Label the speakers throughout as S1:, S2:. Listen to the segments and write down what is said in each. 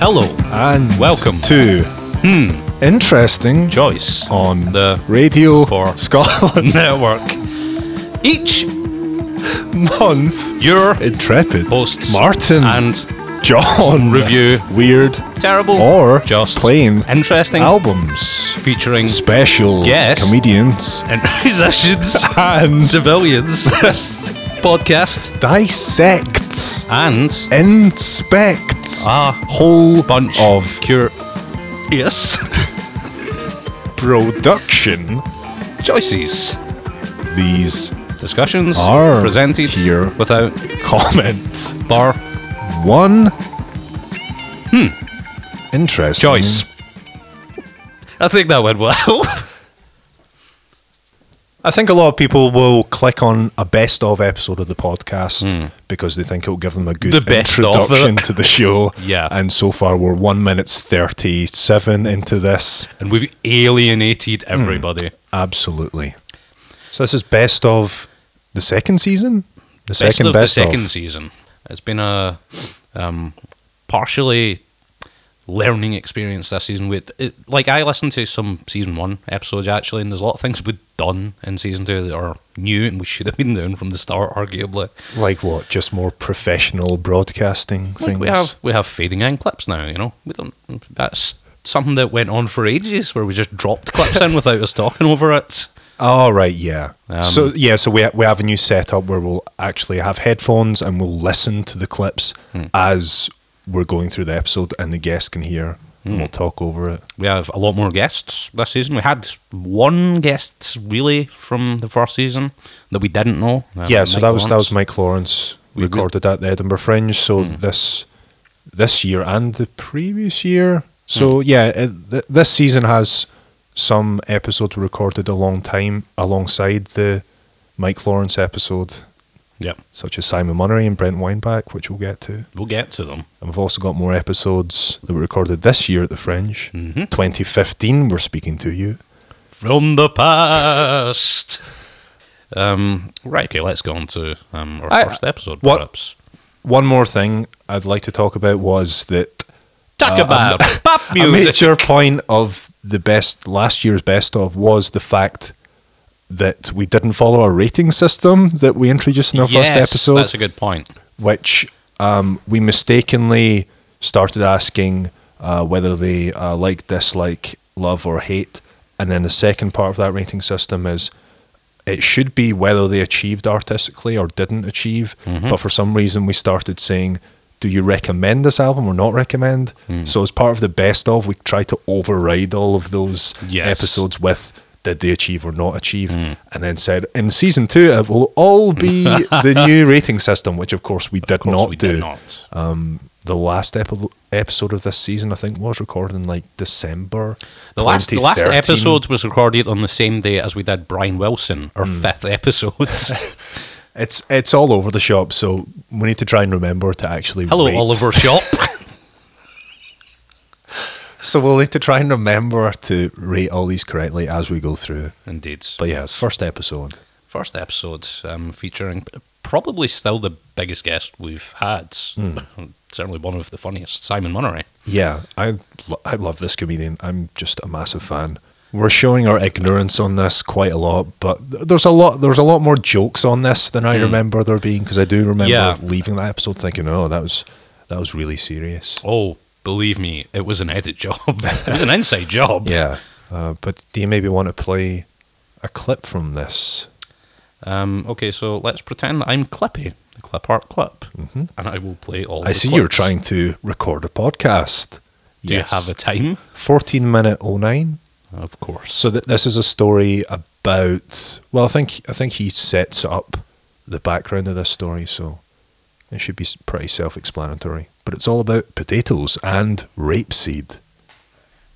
S1: Hello,
S2: And
S1: Welcome.
S2: to Interesting
S1: Joyce
S2: on
S1: the
S2: Radio
S1: for-
S2: Scotland
S1: Network. Each
S2: month.
S1: your
S2: Intrepid
S1: hosts
S2: Martin
S1: and
S2: John
S1: review
S2: weird
S1: terrible
S2: or
S1: just
S2: plain
S1: interesting
S2: albums,
S1: featuring
S2: special
S1: Guest.
S2: comedians,
S1: and musicians
S2: and
S1: civilians podcast
S2: dissects,
S1: and
S2: inspects
S1: a
S2: whole
S1: Ah. bunch
S2: of
S1: cure. Yes,
S2: production.
S1: choices.
S2: These
S1: Discussions
S2: Are
S1: presented
S2: here.
S1: without
S2: comments.
S1: bar
S2: One. Hmm. Interesting.
S1: Hmm. choice.
S2: Mm.
S1: I think that went well.
S2: I think a lot of people will click on a best of episode of the podcast because they think it'll give them a good
S1: Hmm. The best of
S2: introduction to the show.
S1: Yeah.
S2: And so far, we're one minutes 37 into this.
S1: and we've alienated everybody.
S2: Absolutely. So, this is best of the second season? The
S1: best
S2: second
S1: of
S2: best
S1: the second
S2: of.
S1: season. It's been a um, partially learning experience this season. With it, like I listened to some season one episodes actually, and there's a lot of things we've done in season two that are new and we should have been doing from the start. Arguably,
S2: Like what? Just more professional broadcasting
S1: like
S2: things?
S1: we have we have fading in clips now. You know, we don't. That's something that went on for ages where we just dropped clips in without us talking over it.
S2: Oh, right, yeah.
S1: Um,
S2: so, yeah, so we, ha- we have a new setup where we'll actually have headphones and we'll listen to the clips
S1: Hmm.
S2: as we're going through the episode and the guest can hear
S1: Hmm.
S2: and we'll talk over it.
S1: We have a lot more guests this season. We had one guest really from the first season that we didn't know. Uh,
S2: yeah, so
S1: Mike
S2: that was,
S1: Lawrence.
S2: that
S1: Hmm.
S2: was Mike Lawrence
S1: We would-
S2: recorded at the Edinburgh Fringe. So, this this year and the previous year. So,
S1: Hmm.
S2: yeah, it, th- this season has some episodes recorded a long time alongside the Mike Lawrence episode,
S1: Yep,
S2: such as Simon Munnery and Brent Weinbach, which we'll get to.
S1: we'll get to them.
S2: And we've also got more episodes that were recorded this year at the Fringe.
S1: Mm-hmm.
S2: 2015, we're speaking to you.
S1: From the past. Um, right, okay, let's go on to um, our
S2: I-
S1: first episode,
S2: what-
S1: perhaps.
S2: One more thing I'd like to talk about was that
S1: Talk about pop
S2: Uh, a
S1: music.
S2: major point of the best last year's best of was the fact that we didn't follow our rating system that we introduced in our
S1: yes,
S2: first episode,
S1: that's a good point.
S2: which um, we mistakenly started asking uh, whether they uh, like, dislike, love, or hate. And then the second part of that rating system is it should be whether they achieved artistically or didn't achieve. But for some reason, we started saying, do you recommend this album or not recommend? So, as part of the best of, we try to override all of those
S1: Yes.
S2: episodes with did they achieve or not achieve?
S1: Hmm.
S2: And then said, in season two, it will all be the new rating system, which of course we
S1: Of
S2: did
S1: course,
S2: not
S1: we
S2: do.
S1: did not.
S2: The last epi- episode of this season, I think, was recorded in like December.
S1: The last, the last
S2: 2013.
S1: episode was recorded on the same day as we did Brian Wilson, our
S2: Hmm.
S1: fifth episode.
S2: It's it's all over the shop, so we need to try and remember to actually.
S1: Hello,
S2: rate.
S1: Oliver Shop.
S2: So we'll need to try and remember to rate all these correctly as we go through.
S1: Indeed.
S2: But yeah, first episode.
S1: First episode um, featuring probably still the biggest guest we've had.
S2: Hmm.
S1: Certainly one of the funniest, Simon Munnery.
S2: Yeah, I lo- I love this comedian. I'm just a massive fan. We're showing our ignorance on this quite a lot, but th- there's a lot there's a lot more jokes on this than I remember there being because I do remember
S1: Hmm. Yeah.
S2: leaving that episode thinking, oh, that was that was really serious.
S1: Oh, believe me, it was an edit job. it was an inside job.
S2: Yeah, uh, but do you maybe want to play a clip from this?
S1: Um, okay, so let's pretend that I'm Clippy, the Clip Art Clip, and I will play all.
S2: Mm-hmm. I
S1: the
S2: see you're
S1: clips.
S2: trying to record a podcast.
S1: Do you have a time?
S2: 14 minute 09?
S1: Of course.
S2: So th- this is a story about. Well, I think I think he sets up the background of this story, so it should be s- pretty self-explanatory. But it's all about potatoes and rapeseed.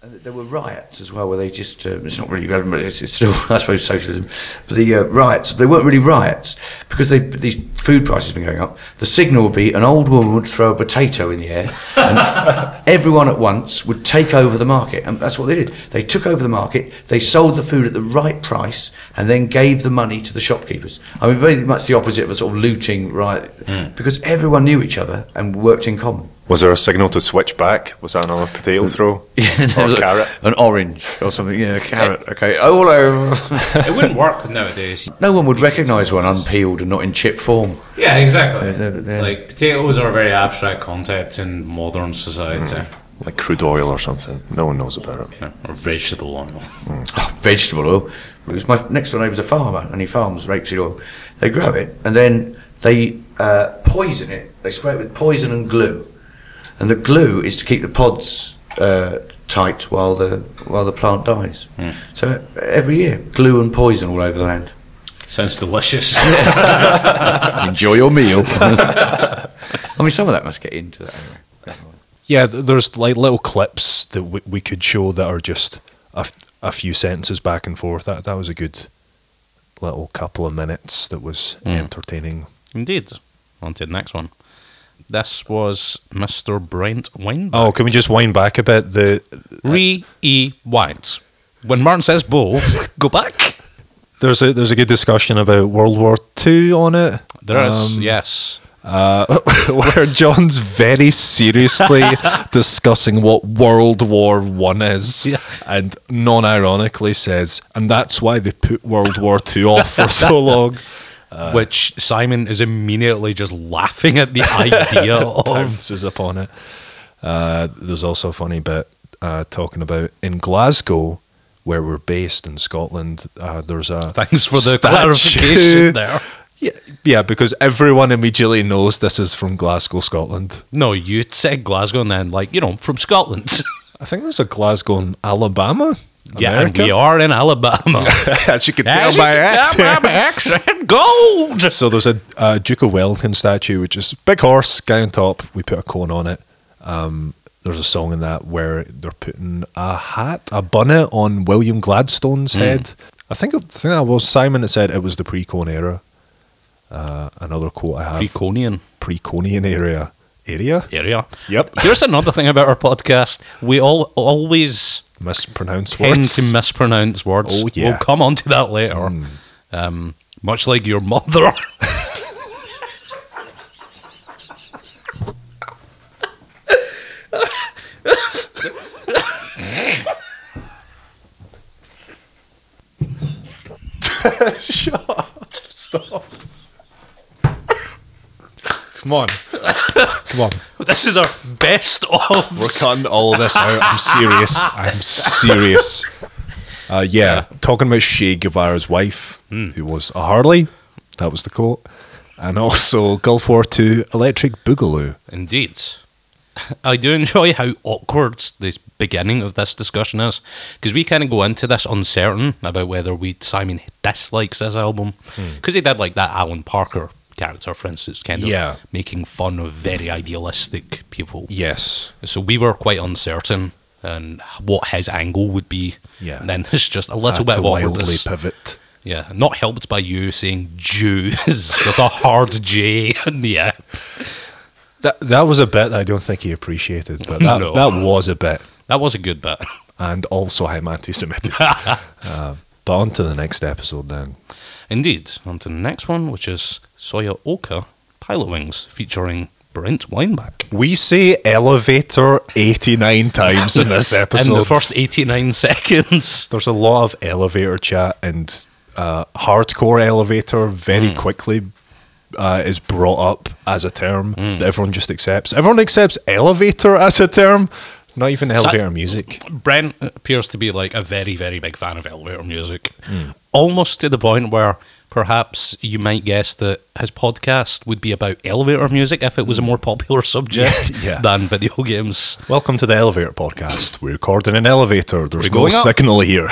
S3: And there were riots as well, where they just, uh, it's not really relevant, but it's, it's still, I suppose, socialism. But the uh, riots, they weren't really riots because they, these food prices have been going up. The signal would be an old woman would throw a potato in the air, and everyone at once would take over the market. And that's what they did. They took over the market, they sold the food at the right price, and then gave the money to the shopkeepers. I mean, very much the opposite of a sort of looting riot because everyone knew each other and worked in common.
S4: Was there a signal to switch back? Was that another potato throw?
S3: Yeah, there
S4: or
S3: was a-
S4: carrot?
S3: an orange or something. Yeah, a carrot. Okay, all over.
S1: It wouldn't work nowadays.
S3: no one would recognise one unpeeled and not in chip form.
S1: Yeah, exactly.
S3: Yeah, yeah.
S1: Like potatoes are a very abstract concept in modern society,
S4: Like crude oil or something. No one knows about it.
S1: Yeah,
S2: Mm-hmm.
S1: or vegetable oil.
S3: Oh, vegetable oil. Because my next door neighbour's a farmer and he farms rapeseed oil. They grow it and then they uh, poison it. They spray it with poison and glue, and the glue is to keep the pods uh, tight while the while the plant dies. So every year, glue and poison all over the land.
S1: Sounds delicious.
S3: Enjoy your meal. I mean, some of that must get into that anyway.
S2: Yeah, th- there's like little clips that we, we could show that are just a, f- a few sentences back and forth. That that was a good little couple of minutes that was
S4: Mm.
S2: entertaining.
S1: Indeed. On to the next one. This was Mr. Brent Weinberg.
S2: Oh, can we just wind back a bit? The
S1: Re E White. When Martin says bull, go back.
S2: there's a there's a good discussion about World War Two on it.
S1: There is,
S2: Um,
S1: yes.
S2: where John's very seriously discussing what World War One is,
S1: Yeah.
S2: and non-ironically says, and that's why they put World War Two off for so long. uh,
S1: which Simon is immediately just laughing at the idea of.
S2: bounces upon it. Uh, there's also a funny bit uh, talking about in Glasgow, where we're based in Scotland. Uh, there's a
S1: Thanks for the
S2: statue.
S1: clarification there.
S2: Yeah, yeah, because everyone immediately knows this is from Glasgow, Scotland.
S1: No, you said Glasgow and then, like, you know, from Scotland.
S2: I think there's a Glasgow in Alabama.
S1: yeah, and
S2: America.
S1: we are in Alabama.
S2: As you can tell
S1: As you
S2: by
S1: can tell by
S2: accent.
S1: my accent, gold.
S2: So there's a uh, Duke of Wellington statue, which is big horse guy on top. We put a cone on it. Um, there's a song in that where they're putting a hat, a bonnet on William Gladstone's
S1: Hmm.
S2: head. I think I think that was Simon that said it was the pre-cone era. Uh, another quote I have:
S1: Preconian
S2: pre-conian area area.
S1: area.
S2: Yep,
S1: Here's another thing about our podcast. We all always
S2: mispronounced
S1: tend
S2: words.
S1: to mispronounce words.
S2: Oh,
S1: We'll
S2: yeah. Hmm.
S1: come on to that later. Um, much like your mother.
S2: Come on, come on.
S1: this is our best of.
S2: We're cutting all of this out. I'm serious. I'm serious. Uh, yeah, Hmm. talking about Che Guevara's wife, who was a Harley. That was the quote. And also Gulf War II Electric Boogaloo.
S1: Indeed. I do enjoy how awkward this beginning of this discussion is because we kind of go into this uncertain about whether we Simon dislikes this album
S2: Hmm.
S1: because he did like that Alan Parker character, for instance, kind of
S2: Yeah.
S1: making fun of very idealistic people.
S2: Yes.
S1: So we were quite uncertain and what his angle would be.
S2: Yeah.
S1: And then there's just a little bit
S2: Had
S1: of
S2: to wildly
S1: awkwardness.
S2: pivot.
S1: Yeah, not helped by you saying Jews with a hard J in the app.
S2: That that was a bit that I don't think he appreciated, but that,
S1: No.
S2: that was a bit,
S1: That was a good bit.
S2: and also I'm anti-Semitic. uh, but on to the next episode then.
S1: Indeed. On to the next one, which is Soya Oka Pilot Wings featuring Brent Weinbach.
S2: We say elevator 89 times in this episode.
S1: In the first 89 seconds.
S2: there's a lot of elevator chat and uh, hardcore elevator very quickly uh, is brought up as a term that everyone just accepts. Everyone accepts elevator as a term, not even elevator music.
S1: Brent appears to be like a very, very big fan of elevator music. Almost to the point where perhaps you might guess that his podcast would be about elevator music if it was a more popular subject
S2: yeah.
S1: than video games.
S2: Welcome to the elevator podcast. We're recording an elevator. There's
S1: We're
S2: no
S1: going up.
S2: signal here.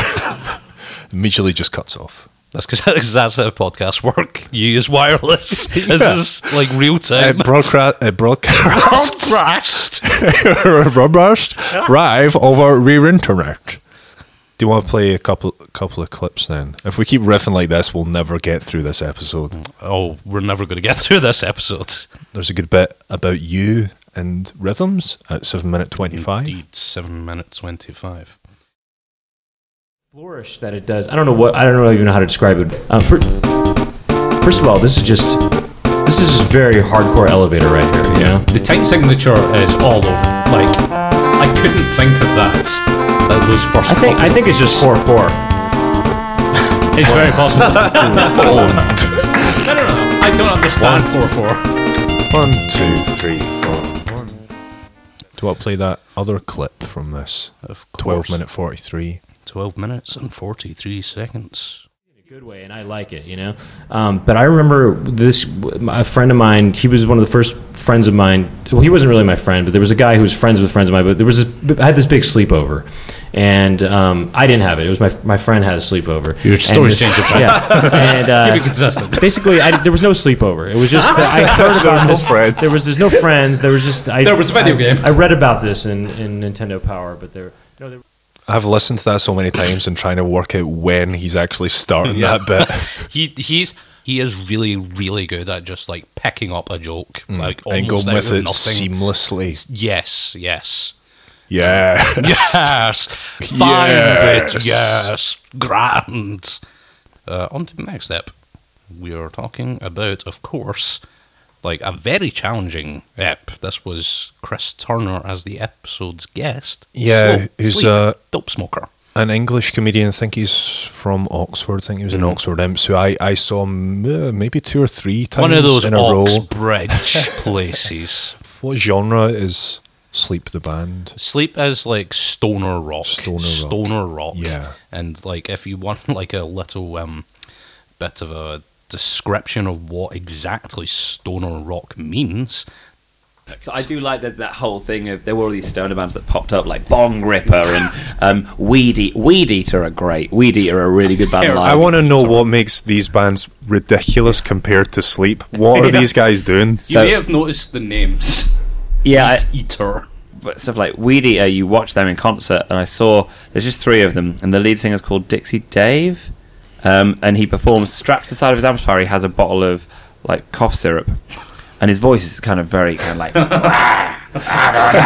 S2: Immediately just cuts off.
S1: That's because that's how podcasts work. You use wireless. This is like real time.
S2: It broadcast, it broadcasts,
S1: Contrast.
S2: broadcast live over rear internet. Do you want to play a couple couple of clips then? If we keep riffing like this, we'll never get through this episode.
S1: Oh, we're never going to get through this episode.
S2: There's a good bit about you and rhythms at seven minute twenty five.
S1: Indeed, seven minutes twenty-five.
S5: flourish that it does. I don't know what I don't really even know how to describe it. Um, fir- first of all, this is just this is just very hardcore elevator right here. You know,
S1: The time signature is all over. Like, I couldn't think of that. That those first.
S5: I think I
S1: couple.
S5: think it's just four four.
S1: it's very possible. no, no, no. I don't understand four four.
S4: One, two, three, four.
S2: Do I play that other clip from this?
S1: Of course.
S2: Twelve minute forty three.
S1: Twelve minutes and forty-three seconds.
S5: Good way, and I like it, you know. Um, but I remember this a friend of mine. He was one of the first friends of mine. Well, he wasn't really my friend, but there was a guy who was friends with friends of mine. But there was this, I had this big sleepover, and um, I didn't have it. It was my my friend had a sleepover.
S1: Your
S5: And
S1: story's
S5: this-
S1: changed a bit.
S5: Yeah, and uh,
S1: Keep it consistent.
S5: Basically, I, there was no sleepover. It was just that I heard about
S4: No
S5: this.
S4: friends.
S5: There was there's no friends. There was just I,
S1: There was a video
S5: I-
S1: game.
S5: I read about this in, in Nintendo Power, but there no there.
S2: I've listened to that so many times and trying to work out when he's actually starting
S1: Yeah.
S2: that bit.
S1: He he's he is really really good at just like picking up a joke like
S2: Mm. and
S1: almost
S2: going
S1: out
S2: with
S1: of
S2: it
S1: nothing.
S2: seamlessly.
S1: yes, yes,
S2: Yeah.
S1: yes. Fine
S2: Yes.
S1: bit. Yes, grand. Uh, on to the next step. We are talking about, of course, like a very challenging ep. This was Chris Turner as the episode's guest.
S2: Yeah,
S1: Slow,
S2: he's,
S1: sleep,
S2: uh,
S1: dope smoker.
S2: An English comedian, I think he's from Oxford. I think he was in
S6: Mm-hmm.
S2: Oxford Imps, who I, I saw m- uh, maybe two or three times
S1: One of those
S2: in a row.
S1: Oxbridge places.
S2: What genre is Sleep the Band?
S1: Sleep is like stoner rock.
S2: Stoner rock.
S1: Stoner rock.
S2: Yeah.
S1: And like if you want like a little um bit of a description of what exactly stoner rock means,
S6: So I do like that, that whole thing of there were all these stoner bands that popped up like Bong Ripper and um, Weed, Eat- Weed Eater are great. Weed Eater are a really good band.
S1: Here,
S6: live.
S4: I want to know what makes these bands ridiculous compared to sleep. What are these guys doing?
S6: So-
S1: you may have noticed the names.
S6: yeah, I-
S1: Meat Eater.
S6: but stuff like Weed Eater. You watch them in concert, and I saw there's just three of them, and the lead singer's called Dixie Dave, um, and he performs strapped to the side of his amplifier. He has a bottle of like cough syrup, and his voice is kind of very kind of like.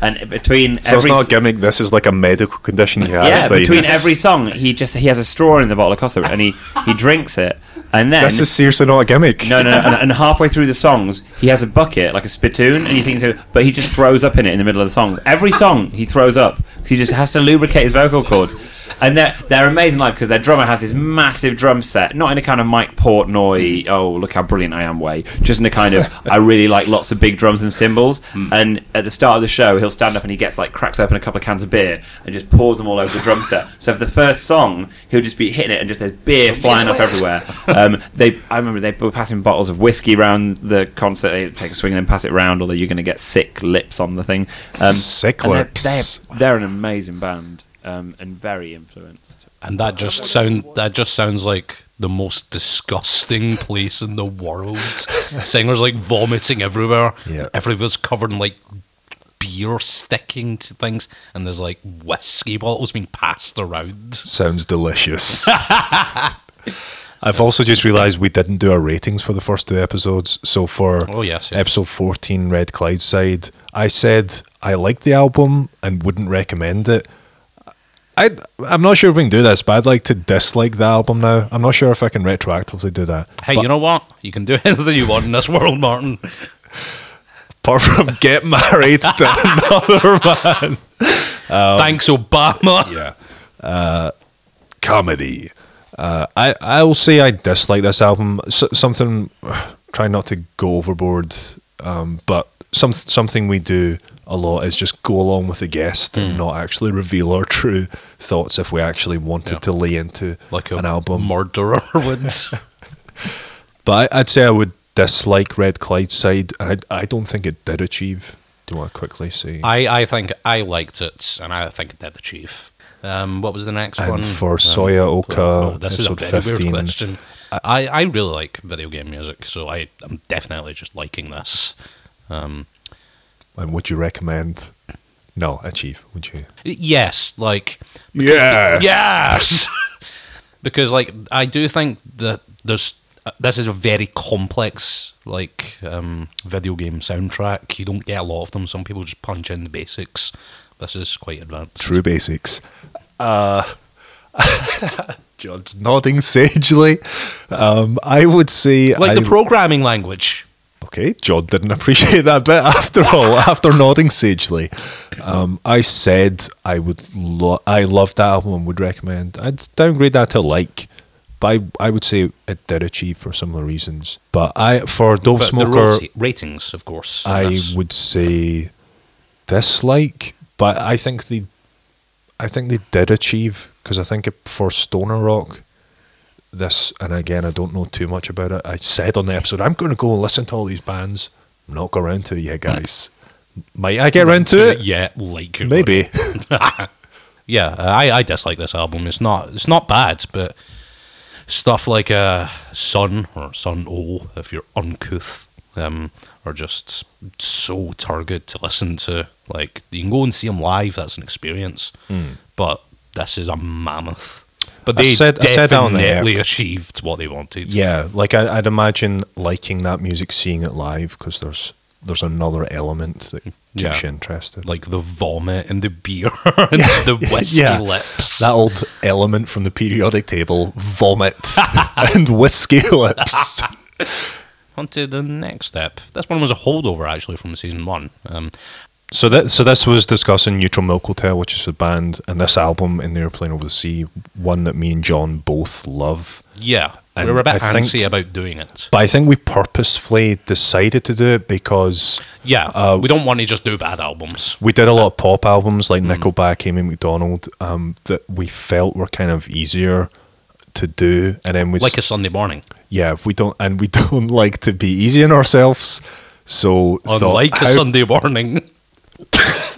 S6: And between
S4: So it's
S6: every
S4: not a gimmick. This is like a medical condition he has.
S6: Yeah,
S4: that he
S6: between
S4: needs.
S6: every song, he just he has a straw in the bottle of Costa and he he drinks it, and then
S4: This is seriously not a gimmick.
S6: no, no, no, and, and halfway through the songs, he has a bucket like a spittoon, and he thinks, but he just throws up in it in the middle of the songs. Every song he throws up 'cause he just has to lubricate his vocal cords, and they're they're amazing live because their drummer has this massive drum set, not in a kind of Mike Portnoy, oh look how brilliant I am way, just in a kind of I really like lots of big drums and cymbals. And at the start of the show, he'll stand up and he gets like cracks open a couple of cans of beer and just pours them all over the drum set. So for the first song, he'll just be hitting it and just there's beer flying off everywhere. Um, they, I remember they were passing bottles of whiskey around the concert. They take a swing and then pass it round, although you're going to get sick lips on the thing. Um,
S2: Sick
S6: and they're-
S2: lips.
S6: They're, they're an amazing band um, and very influenced.
S1: And that just sound that just sounds like the most disgusting place in the world. Singers like vomiting everywhere.
S2: Yeah.
S1: Everywhere's covered in like beer sticking to things and there's like whiskey bottles being passed around.
S2: Sounds delicious. I've also just realised we didn't do our ratings for the first two episodes. So for
S1: Oh, yes, yeah.
S2: episode 14, Red Clyde Side, I said I liked the album and wouldn't recommend it. I, I'm not sure if we can do this, but I'd like to dislike the album now. I'm not sure if I can retroactively do that.
S1: Hey, you know what? You can do anything you want in this world, Martin.
S2: Apart from get married to another man.
S1: Thanks, Obama.
S2: Um, yeah. Uh, comedy. Uh, I I will say I dislike this album. S- something try not to go overboard, um, but some something we do a lot is just go along with the guest
S1: Hmm.
S2: and not actually reveal our true thoughts if we actually wanted
S1: Yeah.
S2: to lay into
S1: Like a
S2: an album.
S1: murderer would.
S2: but I, I'd say I would dislike Red Clyde's side, and I I don't think it did achieve. Do you want to quickly say?
S1: I, I think I liked it, and I think it did achieve. Um, what was the next
S2: And
S1: one?
S2: for
S1: Um,
S2: Soya Oka,
S1: Oh, this is a
S2: Uh,
S1: very
S2: episode 15.
S1: weird question. I, I really like video game music, so I, I'm definitely just liking this. Um,
S2: And would you recommend? No, achieve. Would you?
S1: yes, like
S4: Yes.
S1: Yes. because like I do think that there's uh, this is a very complex like um, video game soundtrack. You don't get a lot of them. Some people just punch in the basics. This is quite advanced.
S2: True basics. Uh, John's nodding sagely. Um, I would say.
S1: Like
S2: I-
S1: the programming language.
S2: Okay, John didn't appreciate that bit after all. after nodding sagely, um, I said I would. Lo- I loved that album and would recommend. I'd downgrade that to like, but I, I would say it did achieve for similar reasons. But I for
S1: But
S2: Dope
S1: the
S2: Smoker,
S1: roti- ratings, of course.
S2: I
S1: That's-
S2: would say dislike. But I think they, I think they did achieve because I think it, for stoner rock. This and again, I don't know too much about it. I said on the episode, I'm going to go and listen to all these bands. I'm not going around to it yet, guys. Might I get around to it?
S1: Yeah, like it.
S2: Maybe.
S1: yeah, uh, I, I dislike this album. It's not it's not bad, but stuff like uh, Sun or Sun O, if you're uncouth, um, are just so target to listen to. Like you can go and see them live; that's an experience. But this is a mammoth. But
S2: Hmm. I
S1: they
S2: said- I
S1: definitely
S2: said that on the air.
S1: achieved what they wanted.
S2: yeah, like I, I'd imagine liking that music, seeing it live, because there's there's another element that keeps
S1: Yeah.
S2: you interested.
S1: Like the vomit and the beer and the whiskey
S2: Yeah.
S1: lips.
S2: That old element from the periodic table, vomit and whiskey lips.
S1: On to the next step. This one was a holdover actually from season one. Um,
S2: So that so this was discussing Neutral Milk Hotel, which is a band, and this album in the airplane over the sea, one that me and John both love.
S1: Yeah,
S2: And
S1: we were a bit
S2: I think-
S1: antsy about doing it.
S2: But I think we purposefully decided to do it because
S1: Yeah,
S2: Uh,
S1: we don't want to just do bad albums.
S2: we did a lot of pop albums
S1: Mm.
S2: like Nickelback, Amy McDonald, um, that we felt were kind of easier to do, and then we s-
S1: Like a Sunday morning,
S2: yeah, we don't and we don't like to be easy on ourselves. So thought,
S1: unlike a
S2: how-
S1: Sunday morning.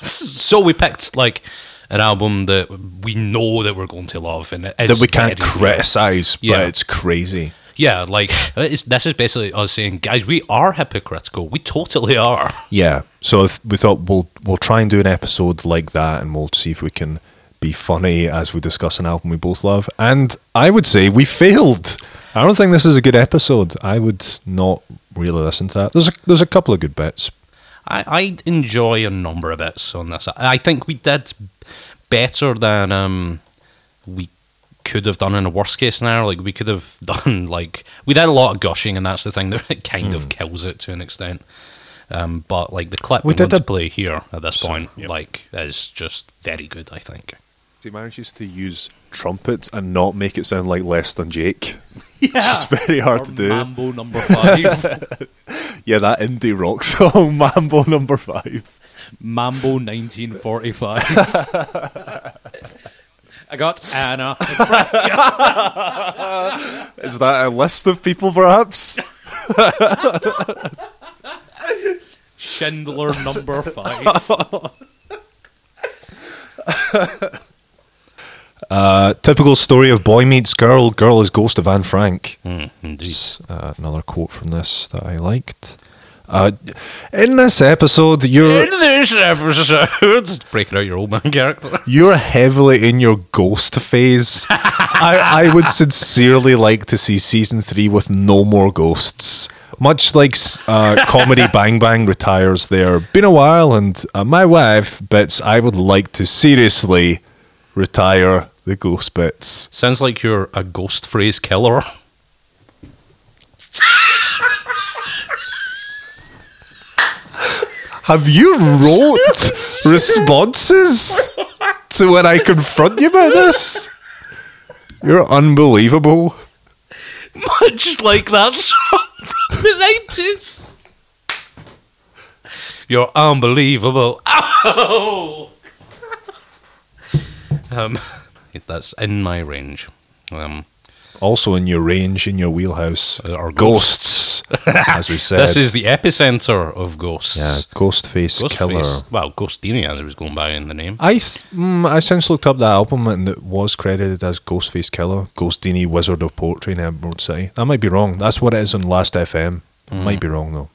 S1: so we picked like an album that we know that we're going to love, and it is
S2: that we can't
S1: very-
S2: criticize,
S1: Yeah.
S2: but it's crazy.
S1: Yeah, like it's, this is basically us saying, guys, we are hypocritical. We totally are.
S2: Yeah. So if we thought we'll we'll try and do an episode like that, and we'll see if we can be funny as we discuss an album we both love. And I would say we failed. I don't think this is a good episode. I would not really listen to that. There's a, there's a couple of good bits.
S1: I, I enjoy a number of bits on this. I I think we did better than um, we could have done in a worst case scenario. Like we could have done like we did a lot of gushing, and that's the thing that kind of kills it to an extent. Um, but like the clip
S2: We
S1: we
S2: did
S1: did
S2: a-
S1: play here at this point, like is just very good. I think.
S2: He manages to use trumpets and not make it sound like less than Jake. Yeah. It's
S1: Ah.
S2: very hard to do.
S1: Mambo number five,
S2: yeah, that indie rock song, Mambo number five.
S1: Mambo nineteen forty five. I got Anna.
S2: Is that a list of people, perhaps?
S1: Schindler number five.
S2: Uh, typical story of boy meets girl, girl is ghost of Anne Frank.
S1: indeed.
S2: Uh, another quote from this that I liked. Uh, in this episode, you're
S1: In this episode, breaking out your old man character.
S2: you're heavily in your ghost phase. I, I would sincerely like to see season three with no more ghosts. Much like s- uh, comedy Bang Bang retires, there been a while, and uh, my wife bits. I would like to seriously retire the ghost bits.
S1: Sounds like you're a ghost phrase killer.
S2: Have you wrote responses to when I confront you about this? You're unbelievable.
S1: Much like that song from the 90s. You're unbelievable. Ow! Um, that's in my range. Um,
S2: Also in your range, in your wheelhouse,
S1: Uh,
S2: are
S1: are
S2: ghosts, as we said.
S1: This is the epicenter of ghosts.
S2: yeah, ghost face killer.
S1: Ghostface. Well, Ghostini, as it was going by in the name.
S2: I th- mm, I since looked up that album and it was credited as Ghostface Killer, Ghost Dini, Wizard of Poetry in Emerald City. That might be wrong. That's what it is on Last FM.
S1: Mm.
S2: Might be wrong though.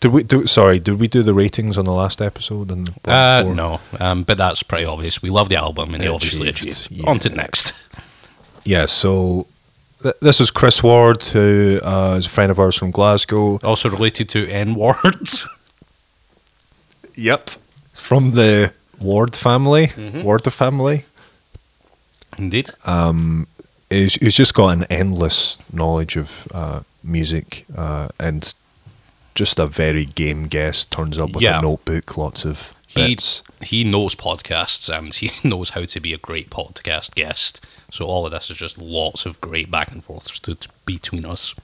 S2: Did we do? Sorry, did we do the ratings on the last episode? And the one
S1: Uh,
S2: before?
S1: no, um, but that's pretty obvious. We love the album, and they
S2: It
S1: obviously
S2: achieved,
S1: achieved.
S2: yeah.
S1: On to the next.
S2: Yeah. So th- this is Chris Ward, who uh, is a friend of ours from Glasgow.
S1: Also related to N words.
S2: Yep. From the Ward family,
S1: Mm-hmm.
S2: Ward family,
S1: Indeed.
S2: Uh, is who's just got an endless knowledge of uh, music uh, and just a very game guest. Turns up with
S1: Yeah.
S2: a notebook, lots of
S1: he
S2: bits.
S1: he knows podcasts and he knows how to be a great podcast guest. So all of this is just lots of great back and forth to, between us.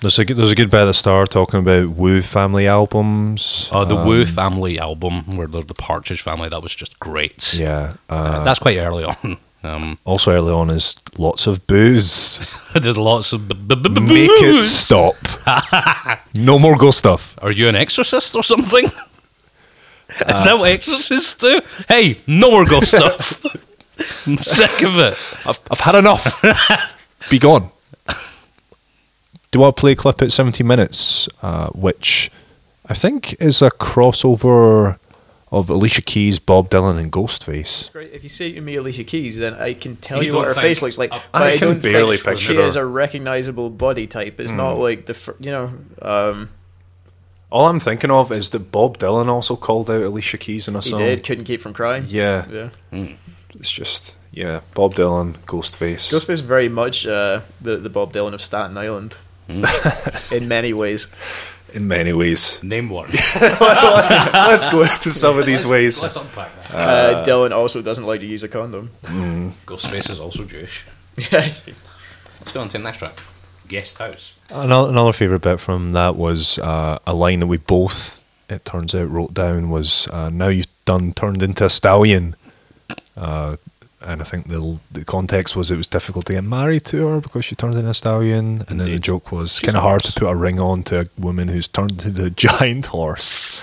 S2: There's a good, there's a good bit at the start talking about Woo family albums.
S1: Uh, the Woo family album, where they're the Partridge family, that was just great.
S2: yeah. Uh,
S1: Uh, that's quite early on. Um,
S2: also early on is lots of booze.
S1: there's lots of. B- b- b- b-
S2: Make it stop. no more ghost stuff.
S1: Are you an exorcist or something? Is
S2: Uh,
S1: that what exorcists do? Hey, no more ghost stuff. I'm sick of it.
S2: I've, I've had enough. Be gone. Do I play a clip at 70 minutes, uh, which I think is a crossover of Alicia Keys, Bob Dylan, and Ghostface.
S7: Great. If you say to me Alicia Keys, then I can tell
S1: You
S7: you,
S1: don't
S7: what her
S1: think-
S7: face looks like.
S1: I-
S7: but
S2: I can
S7: don't think
S2: barely
S7: she-
S2: picture
S7: she
S2: her. Hmm.
S7: has a recognizable body type. It's not like the fir- you know. Um,
S2: All I'm thinking of is that Bob Dylan also called out Alicia Keys in a
S7: he
S2: song.
S7: did. Couldn't keep from crying.
S2: Yeah,
S7: Yeah.
S2: it's just yeah, Bob Dylan, Ghostface.
S7: Ghostface is very much uh, the the Bob Dylan of Staten Island.
S2: Hmm.
S7: in many ways,
S2: in many ways.
S1: Name one.
S2: Let's go into some of these ways.
S1: Let's unpack that.
S7: uh, Dylan also doesn't like to use a condom.
S1: Ghostface is also Jewish. Let's go on to the next track. Guest House.
S2: Another, another favorite bit from that was uh, a line that we both, it turns out, wrote down was uh, "Now you've done turned into a stallion," uh, and I think the the context was it was difficult to get married to her because she turned into a stallion, and then the
S1: Indeed.
S2: joke was
S1: She's
S2: kind of hard to
S1: horse.
S2: put a ring on to a woman who's turned into a giant horse.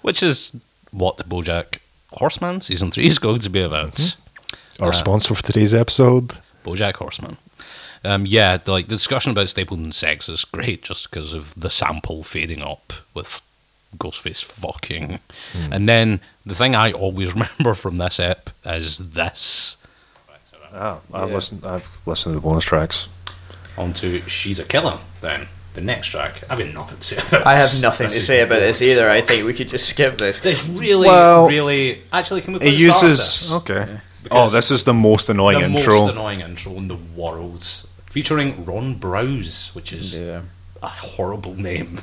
S1: Which is what BoJack Horseman season three is going to be about.
S7: Mm-hmm.
S2: Our sponsor for today's episode.
S1: BoJack Horseman. Um, yeah, the, like the discussion about Stapleton sex is great just because of the sample fading up with Ghostface fucking,
S7: Mm.
S1: and then the thing I always remember from this ep is this.
S2: Oh, I've listened. I've listened to the bonus tracks.
S1: Onto She's a Killer. Then the next track, I've got nothing to say about.
S7: I
S1: this.
S7: have nothing
S1: This
S7: to
S1: is
S7: say about this
S1: boring.
S7: either. I think we could just skip this.
S1: It's really,
S2: Well,
S1: really. Actually, can we?
S2: It
S1: Put a start to
S2: uses
S1: Oh, this?
S2: okay. Oh,
S1: Because
S2: this is the most annoying
S1: the
S2: intro.
S1: most annoying intro in the world, featuring Ron Browse, which is a horrible name.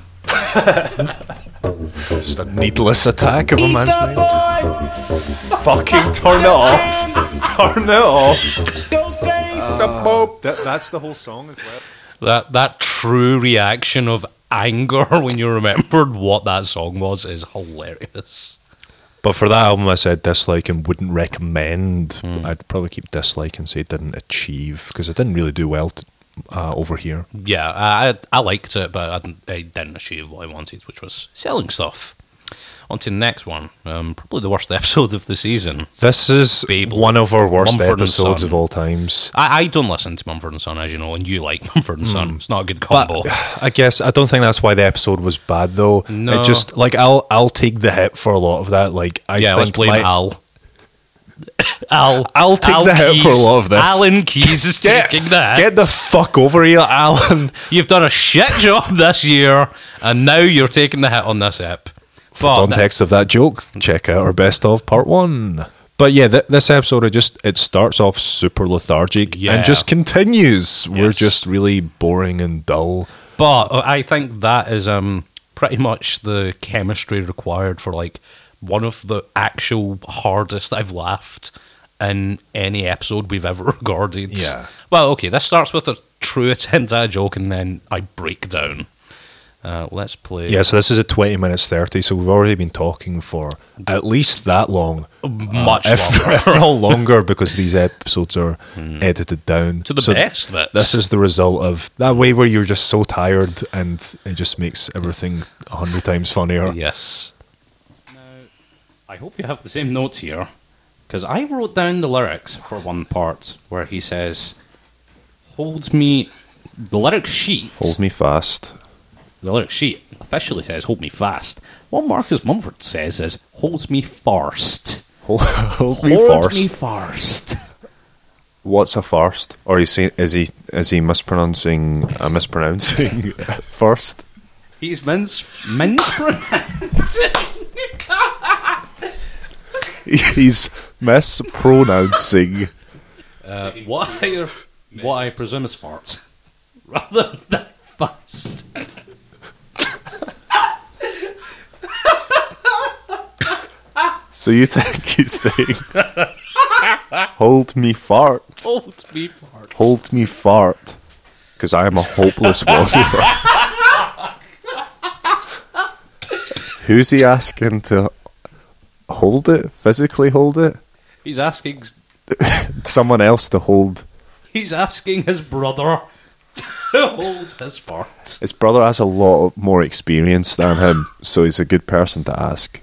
S2: Just a needless attack of a man's name. Fucking turn it off. Turn it off. That, that's the whole song as well.
S1: That that true reaction of anger when you remembered what that song was is hilarious.
S2: But for that album, I said dislike and wouldn't recommend.
S1: Hmm.
S2: I'd probably keep dislike and say didn't achieve because it didn't really do well t uh, over here.
S1: Yeah, I I liked it, but I didn't, I didn't achieve what I wanted, which was selling stuff. On to the next one. Um, probably the worst episode of the season.
S2: This is
S1: Babel.
S2: one of our worst
S1: Mumford and
S2: episodes
S1: Son.
S2: of all times.
S1: I, I don't listen to Mumford and Son, as you know, and you like Mumford and Son. It's not a good combo.
S2: Uh, I guess I don't think that's why the episode was bad though.
S1: No.
S2: It just like I'll I'll take the hit for a lot of that. Like I
S1: yeah,
S2: think
S1: let's blame
S2: my-
S1: Al. Al,
S2: I'll take the hit for a lot of this.
S1: Alan Keys is taking that.
S2: Get the fuck over here, Alan.
S1: You've done a shit job this year, and now you're taking the hit on this app. But that-
S2: Context of that joke. Check out our best of part one. But yeah, th- this episode it just it starts off super lethargic
S1: Yeah.
S2: and just continues. We're
S1: Yes.
S2: just really boring and dull.
S1: But uh, I think that is um pretty much the chemistry required for like one of the actual hardest I've laughed in any episode we've ever recorded.
S2: Yeah.
S1: Well, okay, this starts with a true attempt at a joke and then I break down. Uh, let's play.
S2: Yeah, so this is at 20 minutes 30, so we've already been talking for at least that long.
S1: Much
S2: if,
S1: longer. Hmm.
S2: if not longer, because these episodes are edited down.
S1: To the
S2: So
S1: best, that's-
S2: This is the result of that way where you're just so tired and it just makes everything a hundred times funnier.
S1: Yes. Now, I hope you have the same notes here, because I wrote down the lyrics for one part where he says, "Holds me." The lyric sheet.
S4: Hold me fast.
S1: The lyric sheet officially says, "Hold me fast." What Marcus Mumford says is, "Holds me first.
S4: Hold, hold me
S1: Hold
S4: fast.
S1: me first.
S4: What's a first? Or is he is he is he mispronouncing uh, mispronouncing first?
S1: He's mince mispronouncing.
S4: He's mispronouncing.
S1: uh, what I what I presume is farts, rather than fast.
S4: So you think he's saying, "Hold me fart,
S1: Holds me first.
S4: hold me fart," because I am a hopeless wanderer. Who's he asking to hold it? Physically hold it?
S1: He's asking.
S4: Someone else to hold?
S1: He's asking his brother to hold his fart.
S4: His brother has a lot more experience than him, so he's a good person to ask.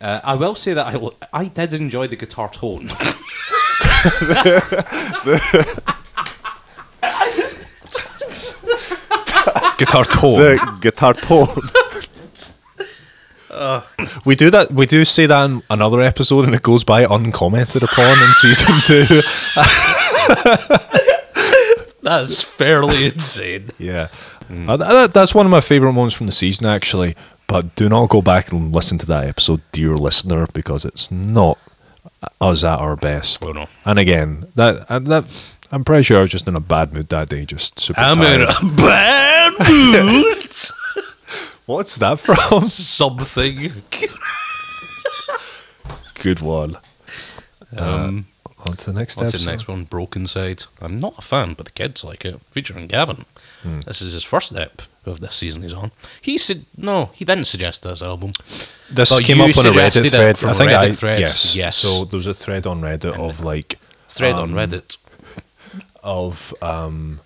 S1: Uh, I will say that I, l- I did enjoy the guitar tone.
S2: Guitar tone.
S4: The guitar tone.
S2: We do that. We do say that in another episode, and it goes by uncommented upon in season two.
S1: That's fairly insane.
S2: yeah, Uh, th- that- that's one of my favorite moments from the season, actually. But do not go back and listen to that episode, dear listener, because it's not us at our best.
S1: Oh, no.
S2: And again, that uh, that I'm pretty sure I was just in a bad mood that day, just super
S1: I'm in
S2: tired.
S1: a bad mood.
S2: What's that from?
S1: Something.
S2: Good one.
S1: Um,
S2: On to the next
S1: what's
S2: episode.
S1: the next one? Broken Side. I'm not a fan, but the kids like it. Featuring Gavin. This is his first ep of this season he's on. He said, no, he didn't suggest this album.
S2: This
S1: But
S2: came
S1: you
S2: up on a
S1: suggested
S2: Reddit
S1: it
S2: thread.
S1: from
S2: I think
S1: Reddit
S2: I
S1: threads.
S2: yes.
S1: Yes.
S2: So there was a thread on Reddit of like
S1: Thread
S2: um,
S1: on Reddit.
S2: of um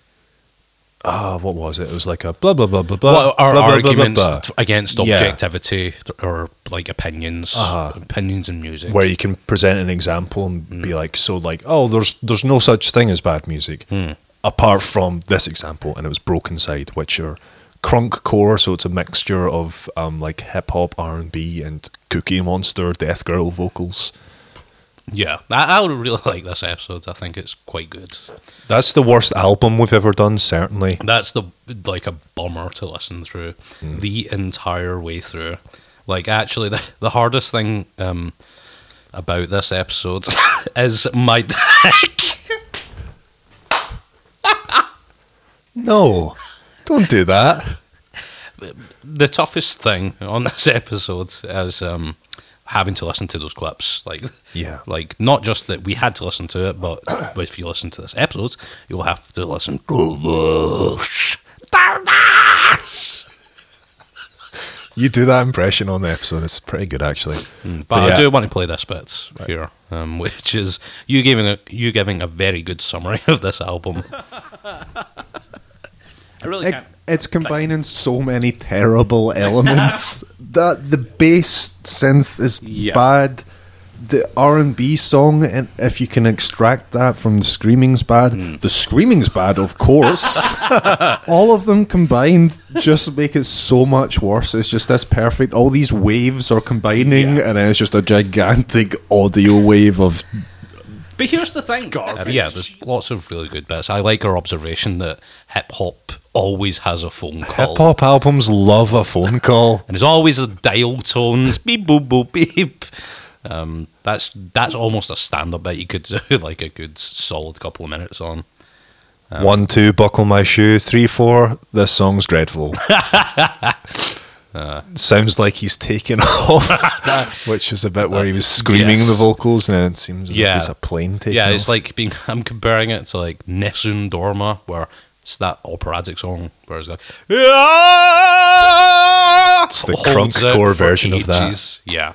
S2: ah what was it? It was like a blah blah blah blah blah.
S1: What are
S2: blah, blah, blah, blah,
S1: arguments
S2: blah,
S1: t- against
S2: Yeah. Uh-huh.
S1: objectivity th- or like opinions, opinions in music?
S2: where you can present an example and be
S1: Hmm.
S2: like, so like, oh, there's there's no such thing as bad music
S1: Hmm.
S2: apart from this example, and it was Broken Side, which are crunk core, so it's a mixture of um like hip hop, R and B, and Cookie Monster, Death Girl vocals.
S1: yeah, I, I would really like this episode. I think it's quite good.
S2: That's the worst album we've ever done, certainly.
S1: That's the like a bummer to listen through
S2: Hmm.
S1: the entire way through. Like actually, the, the hardest thing um, about this episode is my deck.
S2: No, don't do that.
S1: the toughest thing on this episode is um, having to listen to those clips. Like,
S2: Yeah.
S1: like not just that we had to listen to it, but but if you listen to this episode, you'll have to listen to this.
S2: You do that impression on the episode. It's pretty good, actually.
S1: Hmm. But, I
S2: yeah.
S1: do want to play this bit here, um, which is you giving a you giving a very good summary of this album. I really
S8: It, it's combining so many terrible elements that the bass synth is
S1: Yeah.
S8: bad. The R and B song, and if you can extract that from the screaming's bad, the screaming's bad, of course. all of them combined just make it so much worse. It's just this perfect. All these waves are combining, and it's just a gigantic audio wave of
S1: But here's the thing. Uh, yeah, there's lots of really good bits. I like her observation that hip hop always has a phone call.
S2: Hip hop albums love a phone call.
S1: And there's always the dial tones. Beep boop boop beep. Um, that's that's almost a stand up bit you could do like a good solid couple of minutes on. Um,
S2: One, two, buckle my shoe. Three, four, this song's dreadful. Uh, Sounds like he's taken off, which is a bit where he was screaming
S1: Uh, yes.
S2: the vocals, and then it seems as
S1: Yeah.
S2: if it's a plane taking
S1: yeah, it's
S2: off.
S1: like being I'm comparing it to like Nessun Dorma where It's that operatic song where it's like, it's
S2: the crunk-core version of that.
S1: Yeah.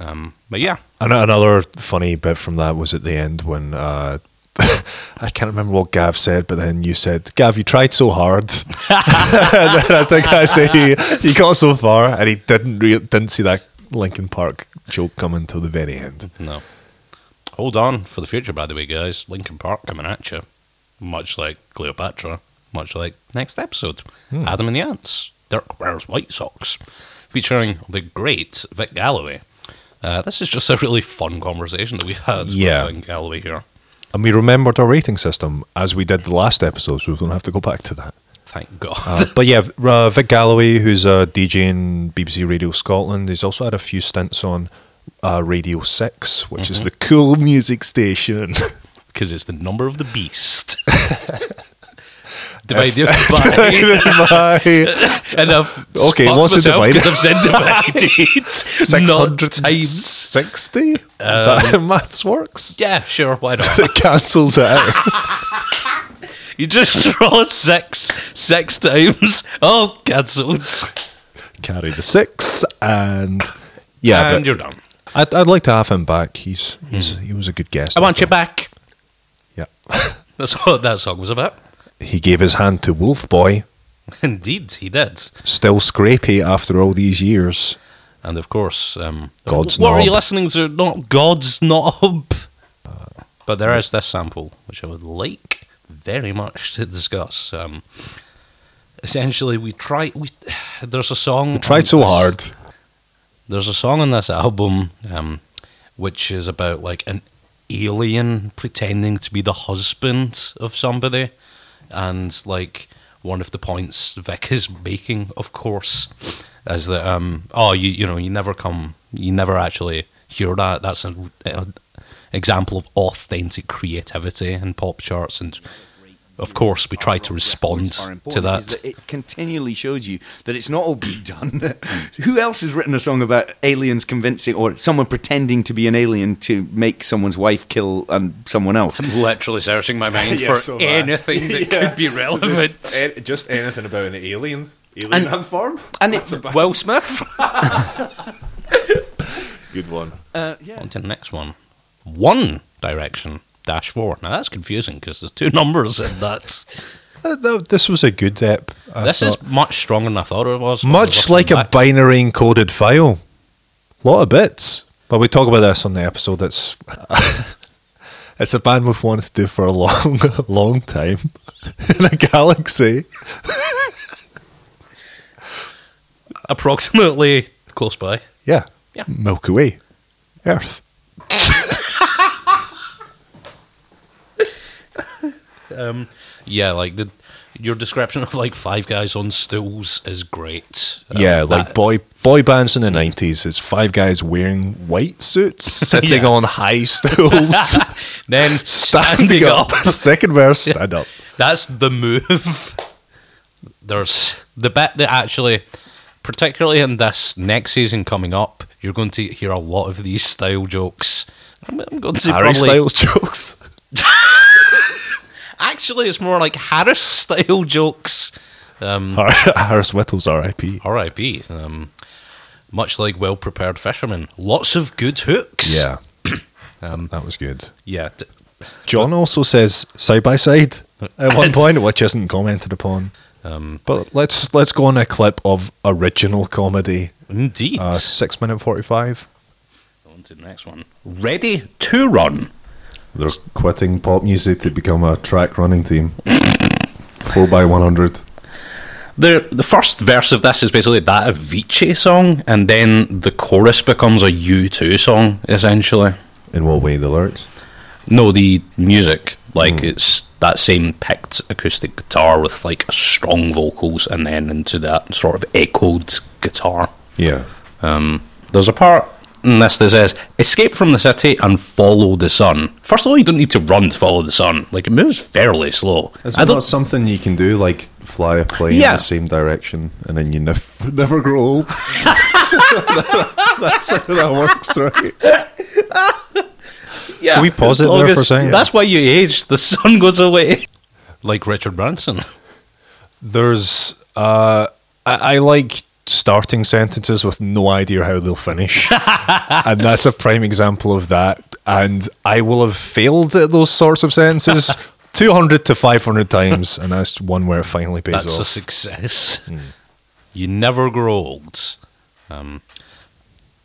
S1: Um, but yeah,
S2: And another funny bit from that was at the end when uh, I can't remember what Gav said, but then you said, "Gav, you tried so hard." and then I think I say you got so far, and he didn't re- didn't see that Linkin Park joke coming till the very end.
S1: no. Hold on for the future, by the way, guys. Lincoln Park coming at you, much like Cleopatra, much like next episode,
S2: Hmm.
S1: Adam and the Ants, Dirk wears white socks, featuring the great Vic Galloway. Uh, this is just a really fun conversation that we've had
S2: Yeah.
S1: with Vic Galloway here.
S2: And we remembered our rating system as we did the last episode, so we don't have to go back to that.
S1: Thank God.
S2: Uh, but yeah, uh, Vic Galloway, who's a DJ in BBC Radio Scotland, he's also had a few stints on uh, Radio 6, which
S1: Mm-hmm.
S2: is the cool music station.
S1: because it's the number of the beast. divided by
S2: Bye.
S1: and I've
S2: Okay,
S1: okay,
S2: what's
S1: what's
S2: the
S1: myself
S2: divide?
S1: because I've said divided. not times.
S2: 660? Is that how maths works?
S1: Yeah, sure, why not?
S2: It cancels it out.
S1: You just draw six six times. Oh, cancelled.
S2: Carry the 6, and yeah,
S1: And
S2: but
S1: you're done. Mm.
S2: I'd, I'd like to have him back. He's, he's He was a good guest.
S1: I want you
S2: thought.
S1: back.
S2: Yeah.
S1: That's what that song was about.
S2: He gave his hand to Wolf Boy,
S1: Indeed, he did.
S2: still scrapey after all these years.
S1: And of course, um,
S2: God's
S1: what are you
S2: knob.
S1: listening to? Not God's knob. But there is this sample which I would like very much to discuss. Um, essentially, we try. We there's a song.
S2: Tried
S1: on
S2: so
S1: this-
S2: hard.
S1: There's a song on this album um, which is about like an alien pretending to be the husband of somebody, and like one of the points Vic is making, of course, is that um, oh you you know you never come you never actually hear that. That's an uh, example of authentic creativity in pop charts, and of course we try to respond to
S9: important is
S1: that.
S9: It continually shows you that it's not all be done. Who else has written a song about aliens convincing or someone pretending to be an alien to make someone's wife kill um, someone else?
S1: I'm literally searching my mind
S4: Yeah,
S1: for
S4: so am I.
S1: anything that could be relevant.
S4: Eh, just anything about an alien. Alien
S9: And-
S4: ant farm?
S9: And it's
S1: Will Smith.
S4: Good one.
S9: uh, yeah.
S1: On to the next one. One Direction dash four. Now that's confusing because there's two numbers in that.
S2: Uh, th- this was a good ep. I
S1: this
S2: thought.
S1: is much stronger than I thought it was.
S2: much like a
S1: bike.
S2: binary encoded file. lot of bits. But we talk about this on the episode. It's it's a band we've wanted to do for a long, long time in a galaxy.
S1: approximately close by.
S2: Yeah,
S1: Yeah.
S2: Milky Way, Earth.
S1: Yeah, like the your description of like five guys on stools is great. Um,
S2: yeah, like
S1: that-
S2: boy boy bands in the nineties. It's five guys wearing white suits sitting
S1: Yeah.
S2: on high stools,
S1: then
S2: standing, up. Second verse, stand up.
S1: That's the move. There's the bit that actually, particularly in this next season coming up, you're going to hear a lot of these style jokes. I'm, I'm going to
S2: Harry
S1: probably
S2: Styles jokes.
S1: actually, it's more like Harris style jokes. Mm.
S2: Har- Harris Whittle's R.I.P.
S1: R.I.P. Um, much like well prepared fishermen, lots of good hooks.
S2: Yeah, Um, that was good.
S1: yeah. d-
S2: John also says side by side at
S1: And-
S2: one
S1: Um,
S2: point, which isn't commented upon. but let's let's go on a clip of original comedy,
S1: indeed.
S2: uh, six minute forty five.
S1: On to the next one. Ready to run.
S4: They're quitting pop music to become a track running team. 4 by 100
S1: The the first verse of this is basically that Avicii song, and then the chorus becomes a U two song essentially.
S4: In what way? The lyrics?
S1: No, the music like
S2: Hmm.
S1: it's that same picked acoustic guitar with like strong vocals, and then into that sort of echoed guitar.
S4: Yeah.
S1: Um, there's a part in this that says escape from the city and follow the sun. First of all, you don't need to run to follow the sun. Like it moves fairly slow.
S4: It's
S1: I
S4: not
S1: don't.
S4: something you can do, like fly a plane in
S1: Yeah.
S4: the same direction and then you nev- never grow old. That's how that works, right?
S1: Yeah,
S2: Can we pause it there for a
S1: August-
S2: second?
S1: That's why you age. The sun goes away. like Richard Branson.
S2: There's uh, I, I like starting sentences with no idea how they'll finish, and that's a prime example of that. And I will have failed at those sorts of sentences. 200 to 500 times, and that's one where it finally pays
S1: That's a
S2: off. Hmm.
S1: success. You never grow old. Um,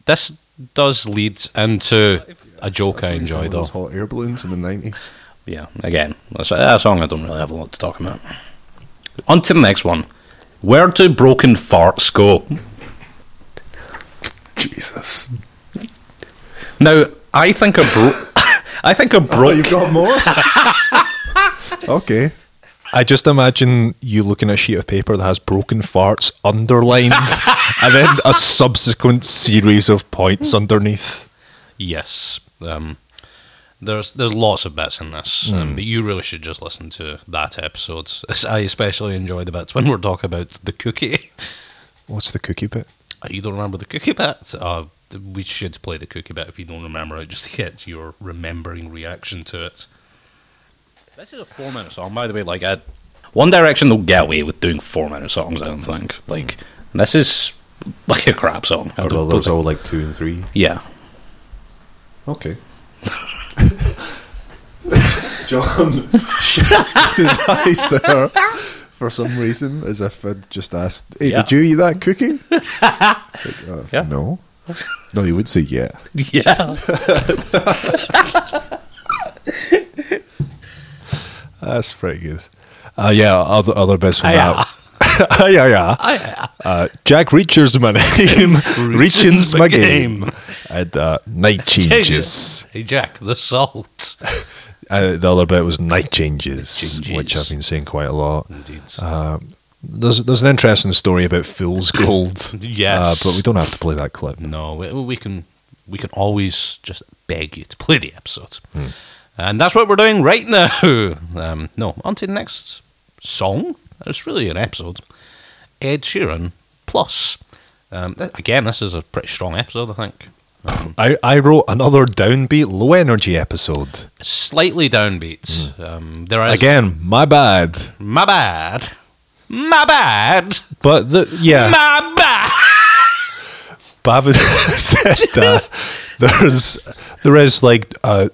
S1: this does lead into a joke I enjoy, though.
S2: Those hot air balloons in the 90s.
S1: yeah, again, that's a, a song I don't really have a lot to talk about. On to the next one. Where do broken farts go?
S4: Jesus.
S1: Now, I think a bro- I think a broke.
S8: Oh, You've got more? okay.
S2: I just imagine you looking at a sheet of paper that has broken farts underlined and then a subsequent series of points underneath.
S1: Yes. Um, there's there's lots of bits in this,
S8: Hmm.
S1: um, but you really should just listen to that episode. I especially enjoy the bits when we're talking about the cookie.
S2: What's the cookie bit?
S1: You don't remember the cookie bit? Uh, we should play the cookie bit if you don't remember it, just to get your remembering reaction to it. This is a four minute song, by the way. Like, I, One Direction don't get away with doing four minute songs, I don't think. Like, this is like a crap song. I
S4: Well,
S1: don't-
S4: those all like two and three.
S1: yeah.
S8: Okay. John shifted his eyes there for some reason, as if I'd just asked, "Hey,
S1: Yeah.
S8: did you eat that cookie?" It's like, uh,
S1: Yeah.
S8: No. No, you would say yeah.
S1: Yeah.
S2: That's pretty good. Uh, yeah, other other bits from
S1: Aye,
S2: that. Ah, yeah, yeah. Uh, Jack Reacher's my name. Reaching's my game. And uh, night changes.
S1: Hey, Jack, the salt.
S2: Uh, the other bit was night changes,
S1: Changes.
S2: which I've been saying quite a lot.
S1: Indeed.
S2: There's there's an interesting story about fool's gold. Uh,
S1: Yes.
S2: but we don't have to play that clip.
S1: No, we, we can we can always just beg you to play the episode, and that's what we're doing right now. Um, no, on to the next song. It's really an episode. Ed Sheeran plus. Um, th- again, this is a pretty strong episode. I think
S2: I, I wrote another downbeat, low energy episode.
S1: slightly downbeat. Um, there is
S2: Again, my bad.
S1: My bad. My bad.
S2: But the, yeah,
S1: My bad.
S2: Bavin said that there's there is like uh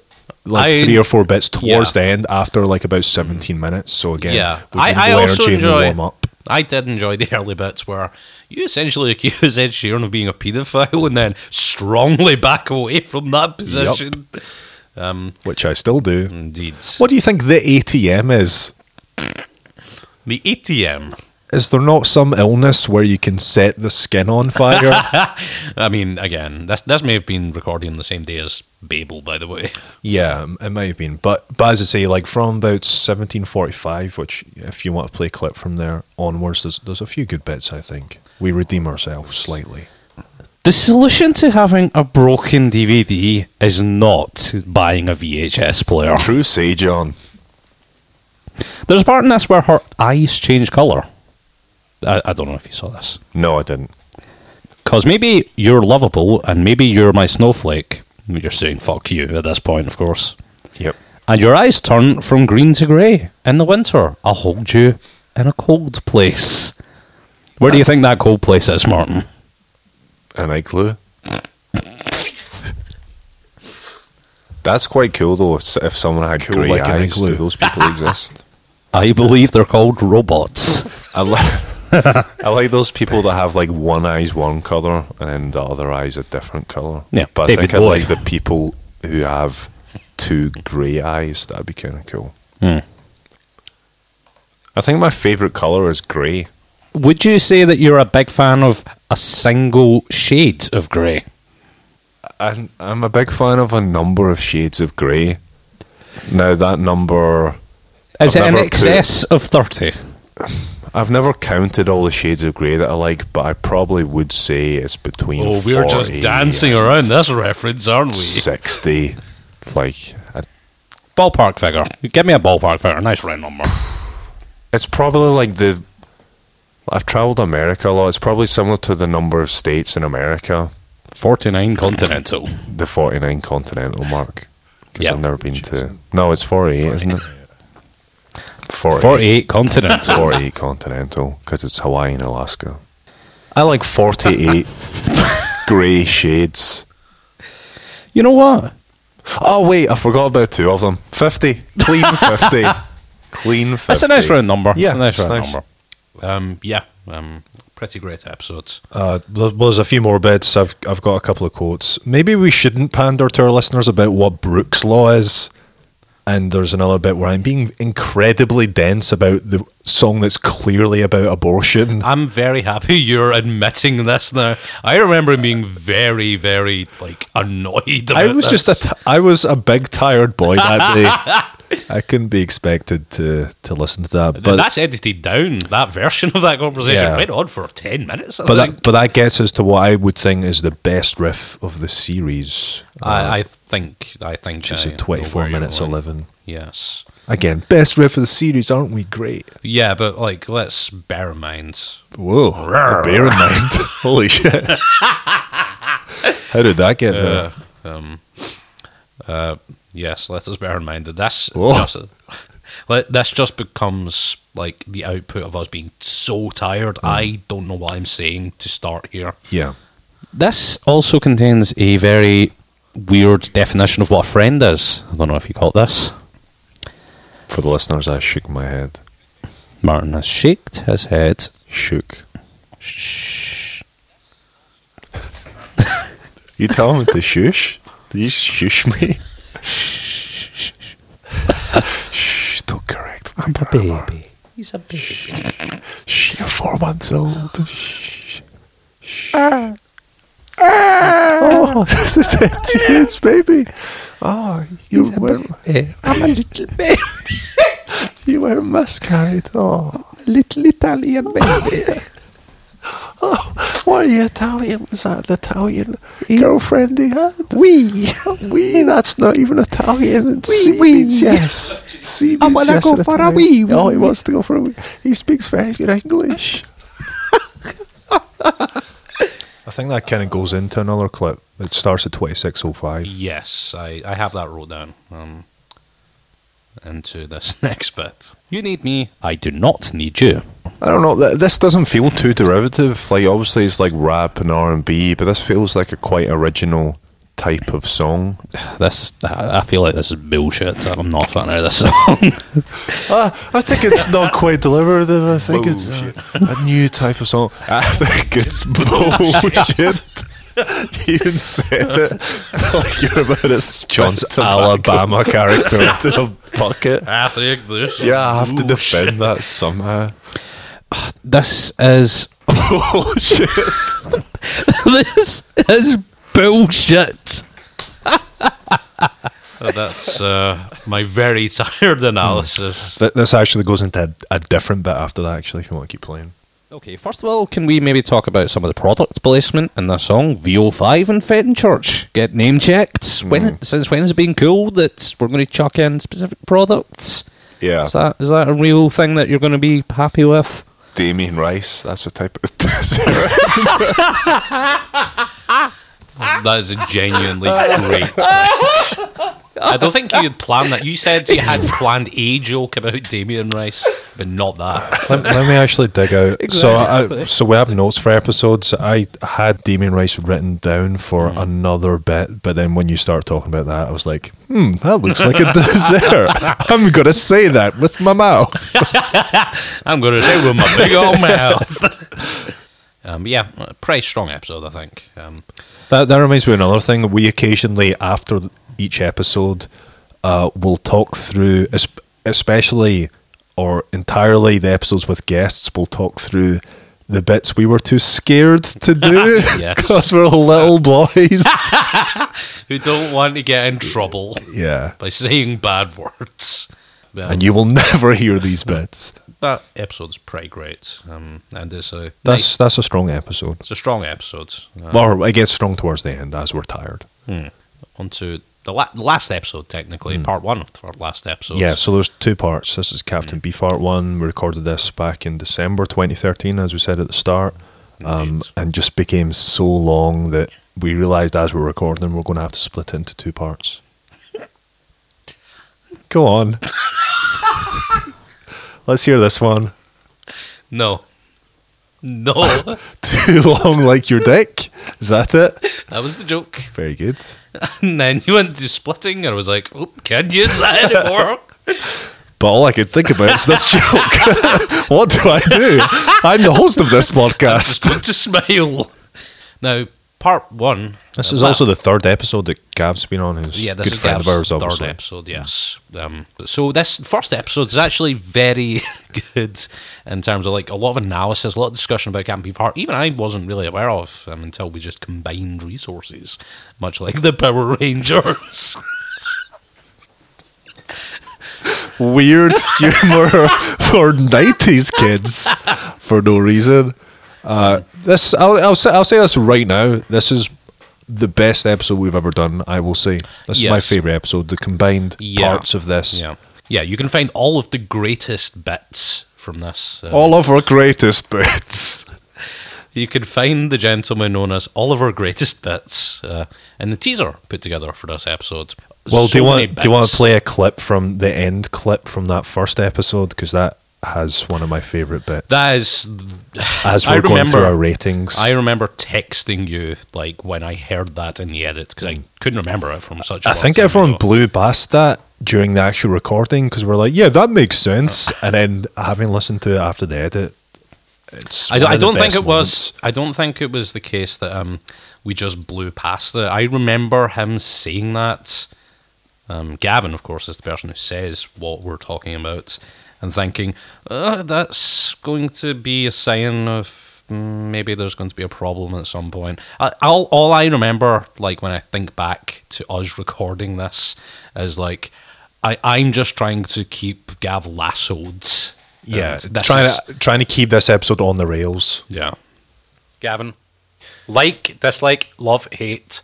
S2: like
S1: I-
S2: three or four bits towards
S1: yeah.
S2: the end after like about 17 minutes. So again,
S1: Yeah,
S2: we can
S1: I, I
S2: low
S1: also
S2: energy and we
S1: enjoy.
S2: warm up.
S1: I did enjoy the early bits where you essentially accuse Ed Sheeran of being a paedophile and then strongly back away from that position.
S2: which I still do.
S1: Indeed,
S2: What do you think the ATM is?
S1: the ATM.
S2: Is there not some illness where you can set the skin on fire?
S1: I mean, again, this this may have been recorded on the same day as Babel, by the way.
S2: yeah, it may have been. But, but as I say, like from about 1745, which if you want to play a clip from there onwards, there's, there's a few good bits, I think. We redeem ourselves slightly.
S1: The solution to having a broken DVD is not buying a VHS player.
S4: True, say John.
S1: There's a part in this where her eyes change colour. I, I don't know if you saw this.
S4: No, I didn't.
S1: Because maybe you're lovable and maybe you're my snowflake. You're saying fuck you at this point, of course.
S4: Yep.
S1: And your eyes turn from green to grey in the winter. I'll hold you in a cold place. Where do you think that cold place is, Martin?
S4: An igloo. That's quite cool though. If, if someone had
S2: Cool
S4: grey
S2: like an
S4: eyes,
S2: igloo.
S4: do those people exist?
S1: I believe they're called robots.
S4: I like I like those people that have like one eye's one color and then the other eye's a different color.
S1: Yeah,
S4: but I
S1: David
S4: think I
S1: Bowie.
S4: like the people who have two grey eyes. That'd be kind of cool.
S1: Hmm.
S4: I think my favorite color is grey.
S1: Would you say that you're a big fan of a single shade of grey?
S4: I'm, I'm a big fan of a number of shades of grey. Now that number,
S1: Is
S4: I've
S1: it in
S4: never
S1: excess of 30?
S4: I've never counted all the shades of grey that I like, but I probably would say it's between.
S1: Oh,
S4: 40
S1: around this reference, aren't
S4: Sixty, like I
S1: Ballpark figure. Give me a ballpark figure. Nice round number.
S4: It's probably like the. I've travelled America a lot. It's probably similar to the number of states in America,
S1: 49 Continental.
S4: the 49 continental mark. Because
S1: Yeah.
S4: I've never been to. No, it's 48, isn't it? 48.
S1: 48 Continental.
S4: 48 Continental because it's Hawaii and Alaska. I like 48 grey shades.
S1: You know what?
S4: Oh, wait, I forgot about two of them. 50. Clean 50. Clean 50.
S1: That's a nice round number.
S4: Yeah,
S1: It's a nice
S4: it's
S1: round
S4: nice.
S1: number. Um, yeah, um, pretty great episodes.
S2: Uh, there- well, there's a few more bits. I've I've got a couple of quotes. Maybe we shouldn't pander to our listeners about what Brooks Law is. And there's another bit where I'm being incredibly dense about the song that's clearly about abortion.
S1: I'm very happy you're admitting this now. I remember him being very, very like annoyed. About
S2: I was
S1: this.
S2: just a t- I was a big tired boy that day. I couldn't be expected to to listen to that. But
S1: that's edited down. That version of that conversation
S2: Yeah.
S1: went on for ten minutes. I
S2: but
S1: think.
S2: that, but that gets us to what I would think is the best riff of the series.
S1: I, I think I think
S2: Which is
S1: I
S2: at
S1: know
S2: 24
S1: where you're
S2: minutes
S1: going.
S2: 11.
S1: Yes.
S2: Again, best riff of the series, aren't we great?
S1: Yeah, but like, let's bear in mind.
S2: Whoa, bear in mind. Holy shit. How did that get there?
S1: Yes, let us bear in mind that this
S2: Whoa.
S1: just, let, this just becomes like the output of us being so tired. I don't know what I'm saying to start here.
S2: Yeah.
S1: This also contains a very weird definition of what a friend is. I don't know if you caught this.
S4: For the listeners, I shook my head.
S1: Martin has shaked his head.
S4: Shook. you tell me to shush? Do you shush me? Shh, don't correct me. I'm a baby. He's a baby. Shh, you're four months old. Shh. Shh. Oh, this is a James baby. Oh, you were. I'm a little baby. you were miscarried. Oh, little Italian baby. oh, what are you Italian? Is that an Italian girlfriend he had? We. we. That's not even Italian. It's sea beans, yes. Ah, Sea beans,
S10: wanna
S4: yes,
S10: go
S4: in
S10: for a
S4: Italian.
S10: wee,
S4: Oh, he
S10: wee.
S4: wants to go for a wee. He speaks very good English.
S2: I think that kind of goes into another clip. It starts at 26.05.
S1: Yes, I, I have that wrote down. Um, into this next bit. You need me. I do not need you.
S4: I don't know. th- This doesn't feel too derivative. Like obviously it's like rap and R and B, but this feels like a quite original type of song.
S1: This I I feel like this is bullshit. I'm not a fan of this song.
S4: I think it's not quite deliberative. I think it's uh, a, a new type of song. I think it's bullshit. you even said it like you're about to spit
S2: John's
S4: tobacco
S2: Alabama character.
S4: into a bucket.
S1: I think this.
S4: Yeah, I have to defend that somehow.
S1: This is
S4: Bullshit.
S1: this is bullshit. Oh, That's uh, my very tired analysis.
S2: Th- this actually goes into a, a different bit after that, actually, if you want to keep playing.
S1: Okay, first of all, can we maybe talk about some of the product placement in the song VO5 and Fenton Church? Get name checked.
S4: Hmm.
S1: When since when has it been cool that we're going to chuck in specific products?
S4: Yeah,
S1: Is that is that a real thing that you're going to be happy with?
S4: Damien Rice. That's the type of.
S1: That is a genuinely great bit. I don't think you had planned that. You said you had planned a joke about Damien Rice, but not that.
S2: Let, let me actually dig out. So, I,
S1: Exactly.
S2: so we have notes for episodes. I had Damien Rice written down for another bit, but then when you start talking about that, I was like, "Hmm, that looks like a dessert." I'm gonna say that with my mouth.
S1: I'm going to say with my big old mouth. um, yeah, a pretty strong episode, I think. Um,
S2: That that reminds me of another thing. We occasionally, after th- each episode, uh, will talk through, es- especially or entirely the episodes with guests. We'll talk through. The bits we were too scared to do
S1: Yes.
S2: because we're little boys.
S1: who don't want to get in trouble
S2: yeah.
S1: by saying bad words. Um,
S2: and you will never hear these bits.
S1: that episode's pretty great, um, and it's a
S2: That's
S1: nice-
S2: that's a strong episode.
S1: it's a strong episode. Uh,
S2: Or it gets strong towards the end as we're tired.
S1: onto the la- last episode, technically, part one of the last episode.
S2: Yeah, so there's two parts. This is Captain Beefheart one. We recorded this back in December 2013, as we said at the start, um,
S1: Indeed.
S2: and just became so long that we realised as we were recording, we're going to have to split it into two parts. Go on. Let's hear this one.
S1: No. No.
S2: Too long like your dick. Is that it?
S1: that was the joke.
S2: Very good.
S1: And then you went to splitting, and I was like, oh, can't use that anymore.
S2: But all I could think about is this joke. what do I do? I'm the host of this podcast.
S1: Just to smile. Now, part one.
S2: This
S1: uh,
S2: is
S1: Matt-
S2: also the third episode that Gav's been on, who's
S1: yeah,
S2: a
S1: this
S2: good
S1: is
S2: friend
S1: Gav's
S2: of ours,
S1: third
S2: obviously. Mm.
S1: episode. Yes. Um, so this first episode is actually very good in terms of like a lot of analysis, a lot of discussion about Camp Beef Heart. Even I wasn't really aware of um, until we just combined resources, much like the Power Rangers.
S2: Weird humor for 90s kids for no reason. Uh, this I'll, I'll, say, I'll say this right now. This is the best episode we've ever done, I will say. This is my
S1: Yes.
S2: favourite episode, the combined
S1: Yeah.
S2: parts of this.
S1: yeah, yeah. You can find all of the greatest bits from this. uh,
S2: All of our greatest bits.
S1: You can find the gentleman known as Oliver Greatest Bits uh, in the teaser put together for this episode.
S2: Well, do
S1: So
S2: you want
S1: many
S2: do you want
S1: bits.
S2: to play a clip from the end clip from that first episode because that has one of my favorite bits.
S1: That is,
S2: as
S1: I
S2: we're going through
S1: remember-
S2: our ratings.
S1: I remember texting you like when I heard that in the edit because I couldn't remember it from such. a
S2: I
S1: long
S2: think
S1: time
S2: everyone
S1: ago.
S2: blew past that during the actual recording because we're like, yeah, that makes sense.
S1: Uh-huh.
S2: And then having listened to it after the edit, it's.
S1: I,
S2: one
S1: don't- I
S2: of the
S1: don't think
S2: best
S1: it
S2: moments.
S1: was. I don't think it was the case that um we just blew past it. I remember him saying that. Um, Gavin, of course, is the person who says what we're talking about, and thinking uh, that's going to be a sign of mm, maybe there's going to be a problem at some point. I, all, all I remember, like when I think back to us recording this, is like I, I'm just trying to keep Gav lassoed.
S2: Yeah,
S1: And Uh, this
S2: trying
S1: is-
S2: to trying to keep this episode on the rails.
S1: yeah. Gavin. Like, dislike, love, hate.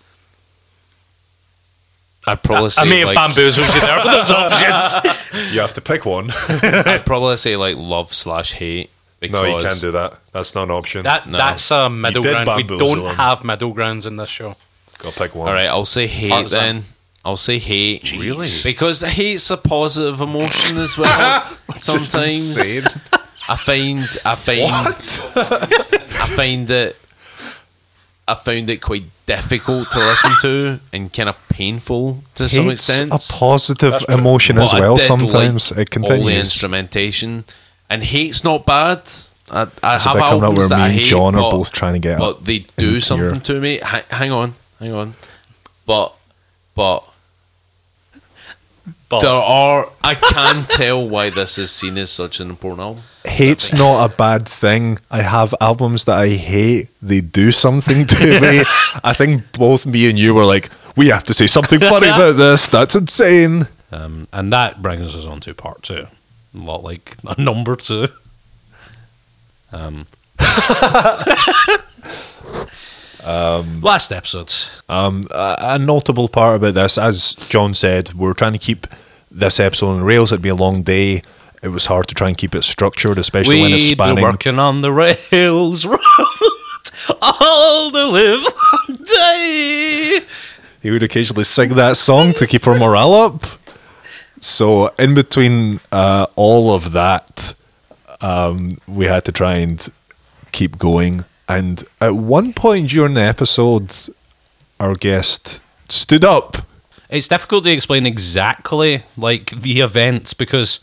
S4: I'd probably say
S1: I may have
S4: like,
S1: bamboozled you there with those options.
S10: You have to pick one.
S4: I'd probably say like love slash hate.
S10: no,
S4: Because
S10: you can't do that. That's not an option.
S1: That,
S4: No.
S1: That's a middle
S10: did
S1: ground. We
S10: bamboozle
S1: don't
S10: him.
S1: have middle grounds in this show.
S10: Gotta pick one.
S4: All right, I'll say hate
S1: Partisan.
S4: then. I'll say hate. Really? Because hate's a positive emotion as well. Sometimes I find I find I find it I found it quite difficult to listen to and kind of painful to some
S2: Hate's
S4: extent.
S2: a positive emotion as
S4: But I
S2: well.
S4: did
S2: Sometimes
S4: like
S2: it
S4: All the
S2: continues.
S4: instrumentation and hate's not bad. I, I
S2: a
S4: have
S2: bit coming up
S4: albums
S2: where
S4: that
S2: me
S4: I
S2: and
S4: hate,
S2: John are
S4: but-
S2: both trying to get up
S4: But they
S2: into
S4: do
S2: your-
S4: something to me. H- hang on, hang on. But but
S1: But
S4: there are. I can tell why this is seen as such an important album.
S2: Hate's not a bad thing. I have albums that I hate. They do something to me. I think both me and you were like, we have to say something funny about this. That's insane.
S1: um, and that brings us on to part two. A lot like a number two. Um. Last episode.
S2: a a notable part about this, as John said, we are trying to keep this episode on rails. It'd be a long day. It was hard to try and keep it structured, especially when it's
S1: We've been
S2: spanning.
S1: working on the rails road all the live day.
S2: He would occasionally sing that song to keep her morale up. So, in between uh, all of that, um, we had to try and keep going. And at one point during the episode, our guest stood up.
S1: It's difficult to explain exactly like the events because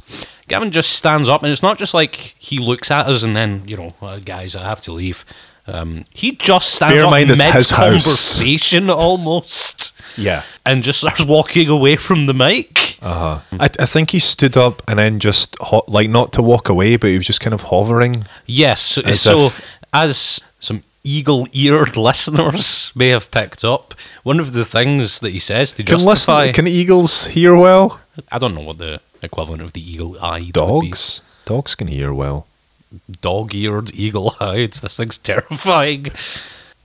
S1: Gavin just stands up, and it's not just like he looks at us and then you know, uh, guys, I have to leave. Um, he just stands
S2: Bear in
S1: up
S2: mind it's
S1: mid
S2: his house.
S1: conversation almost,
S2: Yeah. Uh,
S1: and just starts walking away from the mic.
S2: I, I think he stood up and then just ho- like not to walk away, but he was just kind of hovering.
S1: Yes.
S2: As
S1: so,
S2: if-
S1: as some eagle eared listeners may have picked up, one of the things that he says to
S2: Can
S1: justify.
S2: listen, can eagles hear well?
S1: I don't know what the equivalent of the eagle eyed
S2: Dogs, dogs can hear well.
S1: Dog eared eagle eyed. This thing's terrifying.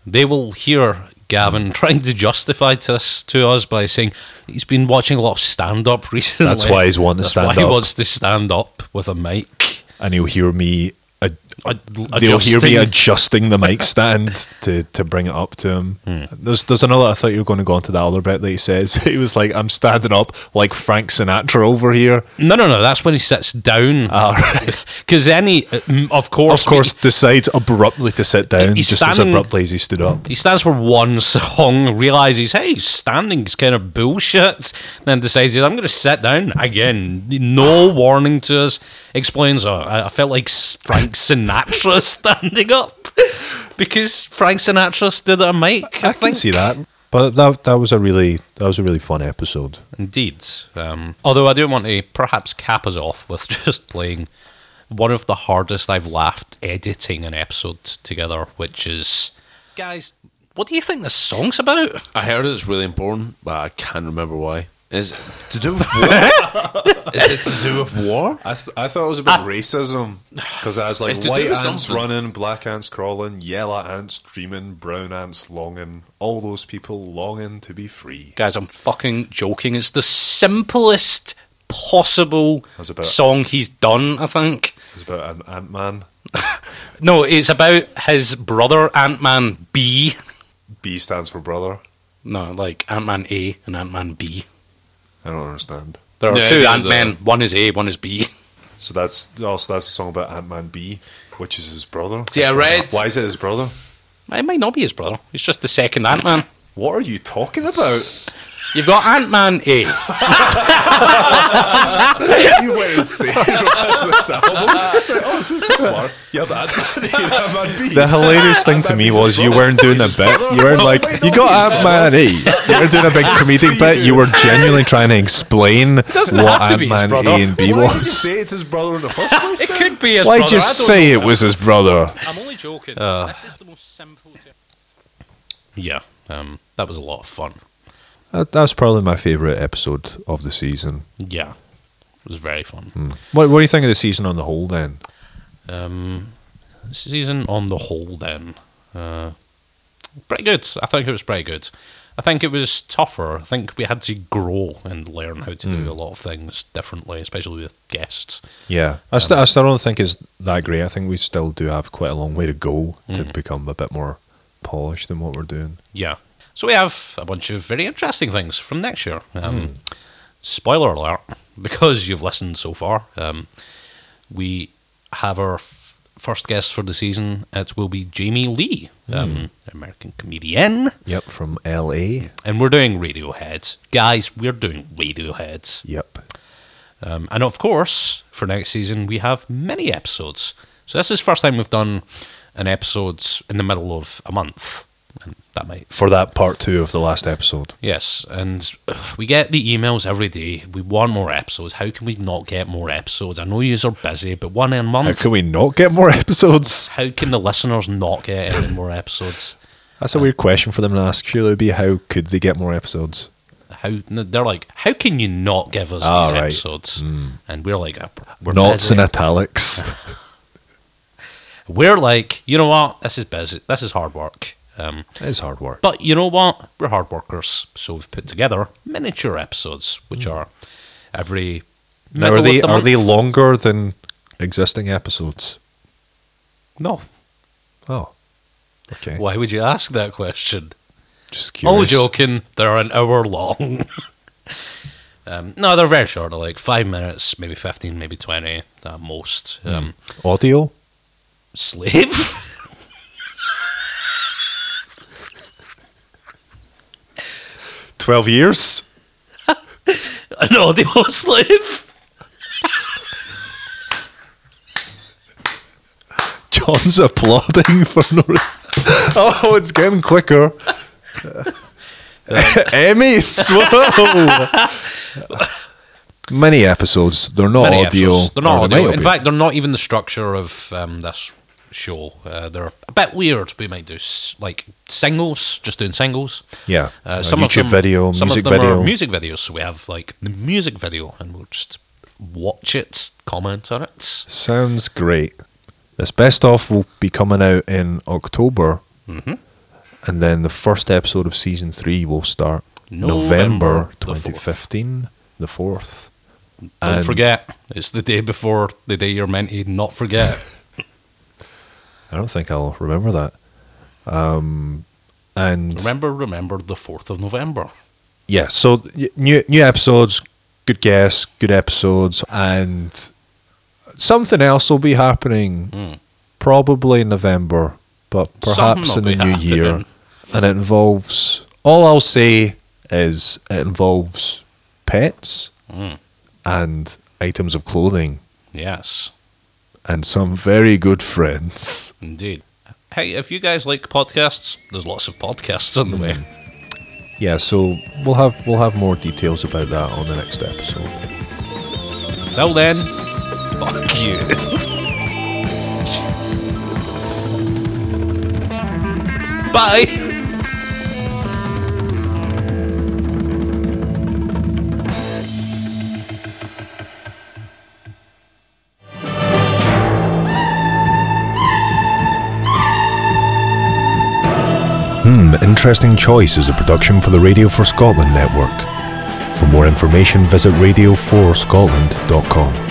S1: They will hear. Gavin trying to justify this to us by saying he's been watching a lot of stand up recently.
S2: That's why he's wanting to
S1: That's
S2: stand
S1: why he
S2: up.
S1: wants to stand up with a mic.
S2: and he'll hear me ad-
S1: ad-
S2: They'll hear me
S1: adjusting-
S2: adjusting the mic stand to, to bring it up to him.
S1: Hmm.
S2: There's there's another. I thought you were going to go on to that other bit that he says. He was like, "I'm standing up like Frank Sinatra over here."
S1: No, no, no. That's when he sits down. Because then he, mm, of course,
S2: Ah, Of course, decides abruptly to sit down,
S1: He's
S2: just as
S1: standing-
S2: abruptly as he stood up.
S1: He stands for one song, realizes, hey, standing's kind of bullshit, then decides, I'm going to sit down again. No warning to us. Explains, oh, I I felt like S- Frank Sinatra standing up because Frank Sinatra stood at a mic. I,
S2: I can
S1: think.
S2: see that, but that that was a really that was a really fun episode.
S1: Indeed. Um, although I do want to perhaps cap us off with just playing one of the hardest I've laughed editing an episode together, which is. Guys, what do you think this song's about?
S11: I heard it's really important, but I can't remember why. Is it to do with war? Is it to do with war?
S10: I, th- I thought it was about racism. 'Cause racism because I was
S11: It's
S10: like
S11: to do
S10: white
S11: with
S10: ants
S11: something.
S10: running, black ants crawling, yellow ants dreaming, brown ants longing, all those people longing to be free.
S1: Guys, I'm fucking joking. It's the simplest possible
S10: That's about-
S1: song he's done, I think.
S10: It's about an ant man,
S1: No, it's about his brother, Ant Man B.
S10: B stands for brother.
S1: No, like Ant Man A and Ant Man B.
S10: I don't understand.
S1: There are
S11: Yeah,
S1: two
S11: they're
S1: Ant Men. One is A, one is B.
S10: So that's also that's a song about Ant Man B, which is his brother.
S11: See, I read-
S10: Why is it his brother?
S1: It might not be his brother. It's just the second Ant Man.
S10: What are you talking about?
S1: You've got Ant Man A.
S10: you went insane for this album. It's like, oh, so similar. Yeah, but Ant-Man, you have Ant-Man B.
S2: The hilarious thing to
S10: Ant-Man
S2: me
S10: B's
S2: was
S10: his
S2: you
S10: brother.
S2: weren't doing a
S10: He's his
S2: bit.
S10: brother.
S2: You weren't
S10: Oh,
S2: like,
S10: wait,
S2: you
S10: no,
S2: got
S10: he's
S2: Ant
S10: not.
S2: Man E. You were doing a big comedic bit. You were genuinely trying to explain what
S1: doesn't have to
S2: Ant
S1: be his
S2: Man
S1: brother.
S2: A and B
S10: Why did you
S2: was.
S10: say it's his brother in the first place?
S1: It
S10: then?
S1: could be his
S2: Why
S1: brother. I
S2: just
S1: don't
S2: say
S1: know.
S2: it was his brother?
S1: I'm only joking. this is the most simple. Uh, yeah, um, that was a lot of fun.
S2: That, that was probably my favourite episode of the season.
S1: Yeah, it was very fun.
S2: What, what do you think of the season on the whole then?
S1: Um, season on the whole, then, uh, pretty good. I think it was pretty good. I think it was tougher. I think we had to grow and learn how to do a lot of things differently, especially with guests.
S2: Yeah, um, I, st- I still don't think it's that great. I think we still do have quite a long way to go to become a bit more polished than what we're doing.
S1: Yeah. So we have a bunch of very interesting things from next year. Um,
S2: Hmm.
S1: Spoiler alert, because you've listened so far, um, we have our f- first guest for the season. It will be Jamie Lee, um, American comedian.
S2: Hmm. Yep, from LA.
S1: And we're doing Radiohead. Guys, we're doing Radiohead.
S2: Yep.
S1: Um, and of course, for next season, we have many episodes. So this is the first time we've done an episode in the middle of a month. And that might
S2: For that part two of the last episode.
S1: Yes, and ugh, we get the emails every day. We want more episodes. How can we not get more episodes? I know you are busy, but one a
S2: How
S1: month.
S2: can we not get more episodes?
S1: How can the listeners not get any more episodes?
S2: That's a weird question for them to ask. Surely it'd be how could they get more episodes?
S1: How no, they're like, how can you not give us
S2: Ah,
S1: these
S2: right.
S1: episodes? And we're like, uh, we're
S2: Knots
S1: busy.
S2: in italics.
S1: We're like, you know what? This is busy. This is hard work. Um,
S2: it's hard work.
S1: But you know what? We're hard workers, so we've put together miniature episodes, which are every.
S2: Hmm. Now,
S1: middle
S2: are
S1: of
S2: they
S1: the
S2: are they
S1: month.
S2: longer than existing episodes?
S1: No.
S2: Oh, okay.
S1: Why would you ask that question?
S2: Just
S1: All
S2: curious.
S1: joking, they're an hour long. um, no, they're very short, they're like five minutes, maybe 15, maybe 20 at most.
S2: Hmm.
S1: Um,
S2: Audio.
S1: Slave?
S2: Twelve years.
S1: an audio slave?
S2: John's applauding for no. reason. Oh, it's getting quicker. Emmys. Whoa. Many episodes. They're not
S1: Many
S2: Oh, audio.
S1: episodes. They're not
S2: or they
S1: audio.
S2: might
S1: In
S2: be.
S1: fact, they're not even the structure of um, this show. Uh, they're a bit weird. We might do s- like singles, just doing singles.
S2: yeah.
S1: Uh,
S2: A
S1: some
S2: YouTube
S1: of them,
S2: video,
S1: some
S2: music
S1: of them
S2: video.
S1: are music videos. So we have like the music video, and we'll just watch it, comment on it.
S2: Sounds great. This best of will be coming out in October,
S1: Mm-hmm.
S2: and then the first episode of season three will start
S1: November
S2: November,
S1: the
S2: 2015, the fourth.
S1: Don't
S2: And-
S1: forget, it's the day before the day you're meant to not forget.
S2: I don't think I'll remember that. Um, and
S1: Remember, remember the 4th of November.
S2: yeah, so y- new new episodes, good guess, good episodes, and something else will be happening probably in November, but perhaps in
S1: Hmm. Something
S2: the
S1: will
S2: new
S1: be
S2: year.
S1: happening.
S2: And it involves all I'll say is it involves pets
S1: Hmm.
S2: and items of clothing
S1: Yes,
S2: and some very good friends.
S1: indeed. Hey, if you guys like podcasts, there's lots of podcasts on the way.
S2: Yeah, so we'll have we'll have more details about that on the next episode.
S1: Until then, fuck you. Bye.
S4: Hmm, Interesting Choice is a production for the Radio 4 Scotland network. For more information, visit radio4scotland.com.